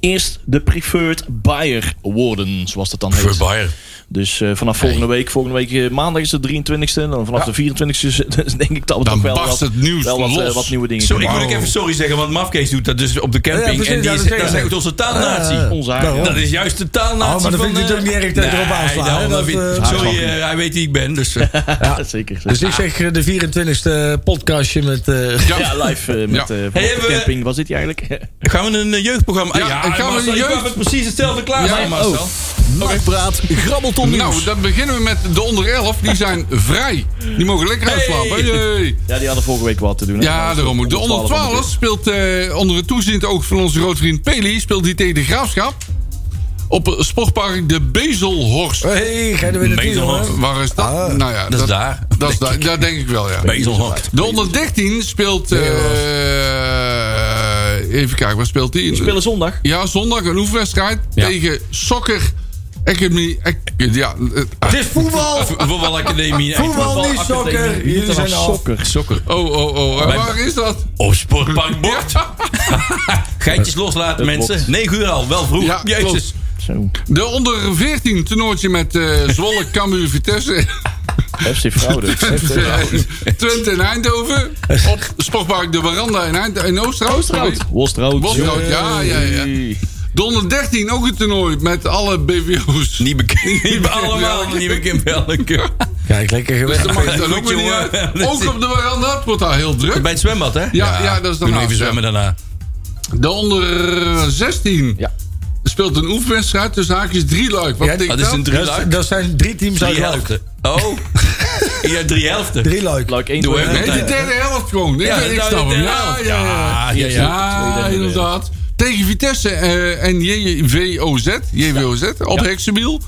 Eerst de preferred buyer worden, zoals dat dan heet.
Voor Bayer.
Dus eh, vanaf volgende week, volgende week eh, maandag is de 23e. En dan vanaf de 24e is- dus denk ik dat we
Dan
toch wel,
barst
wat,
het nieuws
wel wat, eh,
los.
wat nieuwe dingen
Sorry, ik
kunnen
moet ook
maken.
even sorry zeggen, want Mafkees doet dat dus op de
Ja,
camping.
precies,
en die
ja,
is,
dat
dat
zeg
is
ik.
echt onze taalnatie.
Eh,
onze
daarom.
dat is juist de taalnatie.
Oh, maar
van,
dan vindt
eh,
hij het ook niet erg dat je erop aanslaat,
daarom,
hè,
dat
dat,
vindt-
eh,
sorry, eh, hij weet wie ik ben. Dus, eh,
Zeker. zeker.
Dus ik zeg eh, de 24e podcastje met... eh,
Ja.
Ja, live eh, met eh vanaf
hebben
de
we-
camping was dit eigenlijk.
gaan we een eh, jeugdprogramma... Ah,
Ja,
ja,
gaan we
Marcel,
een
je kwam
jeugd-
met precies hetzelfde klaar,
Ja,
ja, oh.
maar-
Marcel.
Nakpraat, grabbelton nieuws.
Nou, dan beginnen we met de onder 11. Die zijn vrij. Die mogen lekker uitslapen. Jee.
ja, die hadden vorige week wat te doen. hè?
Ja, daarom moet. De onder 12 speelt eh, onder het toezicht oog van onze grootvriend Peli. Speelt die tegen de Graafschap. Op het sportpark de Bezelhorst.
hey, ga je er weer naartoe,
Bezelhof.
jongen?
Waar is dat?
Ah,
nou ja,
dat is daar,
Dat, is daar, dat denk ik wel, ja.
Bezelhok.
De onder 13 speelt. eh, even kijken, waar speelt die?
We spelen zondag.
Ja, zondag een oefenwedstrijd
Ja.
tegen Soccer Academy. Ac- Ja, eh,
Het is voetbal!
Voetbalacademie.
Voetbal, niet sokken! Jullie zijn al...
Sokker.
Sokker.
oh, oh, oh. En waar is dat?
Op Sportpark Bord. Geitjes loslaten,
Dat
mensen. 9 uur al, wel vroeg.
Ja,
Jezus.
klopt.
Zo.
De onder 14 toernooitje met eh, Zwolle, Cambuur, Vitesse.
FC Fraude.
Twente en Eindhoven. Op Sportpark de Veranda in, Eind in Oosterhout.
Oosterhout. Wolsterhout.
Wolsterhout, ja, ja, ja. De onder 13 ook een toernooi met alle BVO's.
Niet bekend. Niet be- allemaal niet bekend welke.
Kijk, lekker gewerkt.
Dat mag het dan
Goed,
ook weer niet
jongen.
uit.
Dat is-
Ook op de Veranda, het wordt daar heel druk.
Bij het zwembad, hè?
Ja, ja, dat is
Doe nog
daarnaast,
even zwemmen daarna. Oh,
De onder 16
Ja.
speelt een oefenwedstrijd tussen haakjes drie luik. Wat
Ja,
denk
dat is
je nou? dat?
een drie
Dat,
luik.
dat zijn drie teams uit
Drie
Luik.
helften. Oh. Ja, drie helften.
Drie Luik.
Luik 1,
Doe
2,
even.
Nee, de derde helft gewoon. Nee,
Ja,
ik
de
snap hem.
derde
Ja,
helft.
ja, ja.
Ja, ja,
Ja, inderdaad. Tegen Vitesse eh, en JVOZ, JVOZ op Heksenbiel.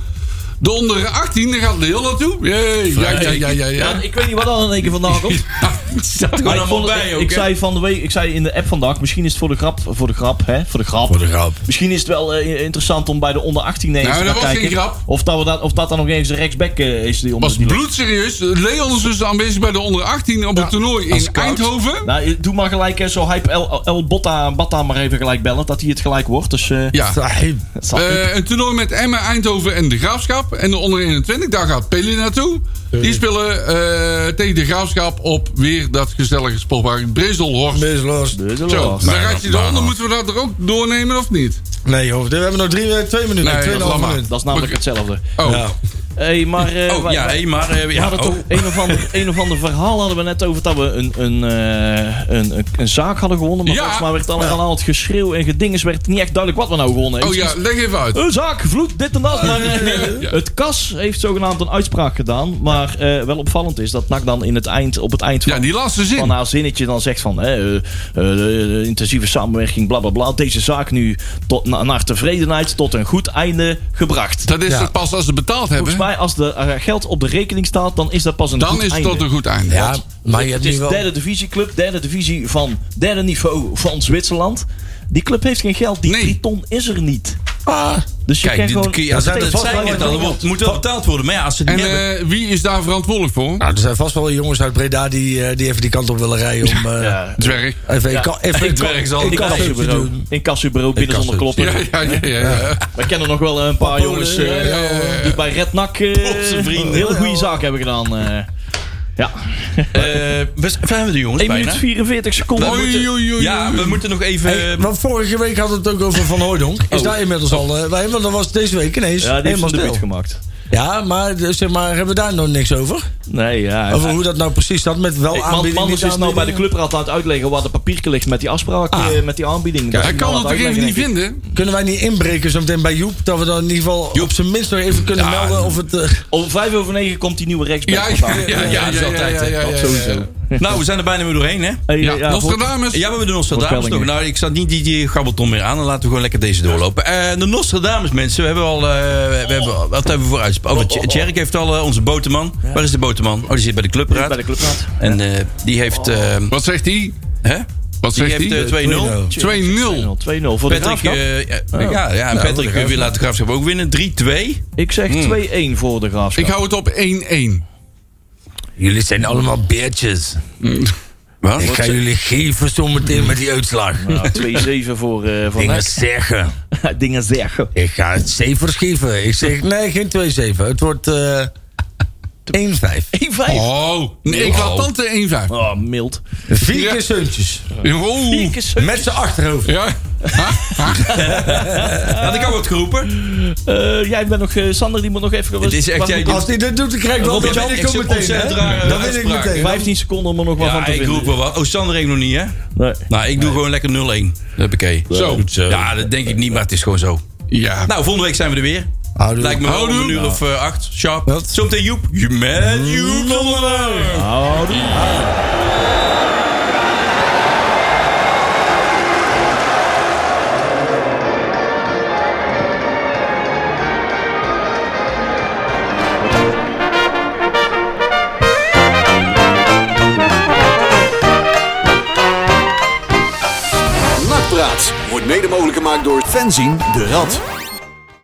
De onder 18, daar gaat Leel naartoe. Jee, Ja, ja, ja, ja, ja.
ik weet niet wat dan in één keer vandaan komt.
Zat er
Maar
gewoon
ik,
allemaal
vond,
Oh, bij
ik,
ook,
ik
hè?
zei van de week, ik zei in de app vandaag, misschien is het voor de grap, voor de grap, hè, voor de grap.
Voor de grap.
Misschien is het wel eh, interessant om bij de onder 18 eens
Nou,
te
dat
gaan
was geen
kijken
grap.
of dat, we dat, of dat dan nog eens de rechtsback eh, is die onder
Was
die-
bloedserieus. Leon is dus aanwezig bij de onder 18 op het toernooi in Eindhoven.
Nou, je- doe maar gelijk eh, zo hype El, El Botta, Batta maar even gelijk bellen dat hij het gelijk wordt. Dus eh,
Ja.
Sahib.
het zal niet-
Eh, een toernooi met Emmen, Eindhoven en de Graafschap. En de onder 21, daar gaat Peli naartoe. Die spelen eh, tegen de Graafschap op weer dat gezellige sportpark Brezelhorst.
Wees los.
dus wel
Zo,
wat.
dan gaat je eronder. Moeten we dat er ook doornemen of niet?
Nee, joh. We hebben nog drie, eh, twee minuten.
Nee,
Tweeënhalf
laat maar.
minuten.
Dat is namelijk
Oké.
hetzelfde.
Oh,
Ja.
Hé, maar... eh,
Oh,
wij-
ja,
wij-
hé, maar... eh,
we
ja,
hadden
oh.
toch een of, ander, een of ander verhaal hadden we net over dat we een, een, eh, een, een, een zaak hadden gewonnen. Maar
Ja.
volgens mij werd dan al het geschreeuw en gedinges werd niet echt duidelijk wat we nou gewonnen
oh
hebben.
ja, leg even uit.
Een zaak, vloed, dit en dat. Maar, eh,
Ja.
Het KAS heeft zogenaamd een uitspraak gedaan. Maar eh, wel opvallend is dat NAC dan in het eind, op het eind van
Ja, die laatste
van
zin.
haar zinnetje dan zegt van hè, eh, eh, de intensieve samenwerking, bla bla bla. Deze zaak nu tot, na- naar tevredenheid tot een goed einde gebracht.
Dat is
Ja.
het pas als ze betaald hebben.
Volgens mij, als er eh, geld op de rekening staat, dan is dat pas een
Dan
goed
is het
einde.
tot een goed einde.
Ja, maar je
het
hebt
is
nu
de
wel...
derde divisieclub, derde divisie van derde niveau van Zwitserland. Die club heeft geen geld, die
Nee.
triton is er niet. Dus je
Kijk,
kan
dit,
gewoon...
kun je- als
zijn
het
er
het
vast
zijn
wel
het al,
wat
er wordt- moet wel betaald worden. Maar ja, als ze het
En
niet hebben...
eh, wie is daar verantwoordelijk voor?
Nou, er zijn vast wel jongens uit Breda die, eh, die even die kant op willen rijden om eh,
Dwerg.
even een ka- even een
ik werk ze
ka-
al.
een
Ik
kasseutje te
Incassobureau.
doen.
Incassobureau binnen zonder
Incasso.
kloppen.
Ja, ja, ja, ja, ja.
Wij kennen nog wel een paar jongens eh, die bij Rednak eh
Trotse vrienden.
een hele goede zaak hebben gedaan. eh. ja.
eh, we z- we zijn we de jongens
1
bijna.
minuut 44 seconden.
We moeten-
Oei, oei, oei,
Ja,
oei.
we moeten nog even...
Hey, want vorige week hadden we het ook over Van Hooydonk. Is daar inmiddels al... eh, bij? want dat was deze week ineens
Oh. Ja, die heeft
helemaal
een debuut
stil.
gemaakt.
Ja, maar, eh, zeg maar hebben we daar nog niks over?
Nee, ja.
Over hoe dat nou precies zat met wel
Man,
aanbiedingen.
Manders is nou bij de clubraad aan het uitleggen waar de papiertje ligt met die afspraak, eh, met die aanbieding. Dat
Hij
is nou
kan het
aan
toch even
uitleggen,
niet
denk ik.
vinden?
Kunnen wij niet inbreken zo meteen bij Joep? Dat we dan in ieder geval op zijn minst nog even kunnen melden of het... eh,
Om 5 over 9 komt die nieuwe rechtsback.
Ja,
vandaan.
ja, ja,
ja,
ja,
dat is
ja,
altijd,
ja,
hè.
ja,
Dat
ja,
sowieso.
ja.
nou, we zijn er bijna weer doorheen, hè?
Hey,
Ja,
ja, voor-
Nostradamus.
Ja, we hebben de Nostradamus nog.
Voorspellingen.
Nou, ik zat niet die, die gabbelton meer aan. Dan laten we gewoon lekker deze doorlopen. Eh, de Nostradamus, mensen. We hebben al... eh, we hebben, al- wat hebben we voor uitspraak? Oh, Tjerk heeft al eh, onze boterman. Waar is de boterman? Oh, die zit bij de clubraad.
bij de clubraad.
En eh, die heeft... eh,
Wat zegt hij?
hè?
Wat
Die
zegt
heeft
hij?
eh, 2-0.
2-0.
2-0.
2-0 voor de
Patrick,
Graafschap.
eh, ja, ja, ja, en Patrick wil laten de Graafschap ook winnen. 3-2.
Ik zeg
hmm.
2-1 voor de Graafschap.
Ik hou het op 1-1.
Jullie zijn allemaal beertjes.
Wat?
Ik ga jullie geven zometeen met die uitslag.
Ja, 2-7 Nou, voor eh Van
Dingen
Dijk.
zeggen.
Dingen zeggen.
Ik ga het cijfers geven. Ik zeg, nee, geen 2-7. Het wordt eh 1-5.
1-5.
Oh, nee, ik had tante 1-5.
Oh, mild.
Vier
Ja.
keer zeuntjes.
Oh.
Met z'n achterhoofd.
Ja. Ha? Ha?
Had ik al wat geroepen?
Eh, jij bent nog... eh, Sander, die moet nog even...
Het is echt,
Wat
jij-
moet-
Ja.
Als die dat doet, dan krijg ik wel
Robert
dat weet
Jan,
ik
ik
ook
zit
meteen.
ontzettend eh,
hè?
rare
Dat weet ik
uitspraken.
meteen.
15 seconden om er nog wat van
Ja,
te
ik
vinden.
roep wel wat. Oh, Sander heeft nog niet, hè?
Nee.
Nou, ik doe gewoon lekker 0-1. Huppakee.
Zo.
Ja, dat denk ik niet, maar het is gewoon zo.
Ja.
Nou, volgende week zijn we er weer.
Houdoe.
Lijkt me wel om een uur of eh, acht. Sharp.
Wat?
Zometeen Joep. Je met Joep Londeren.
Oh,
Nakpraat wordt mede mogelijk gemaakt door Fenzin de Rad.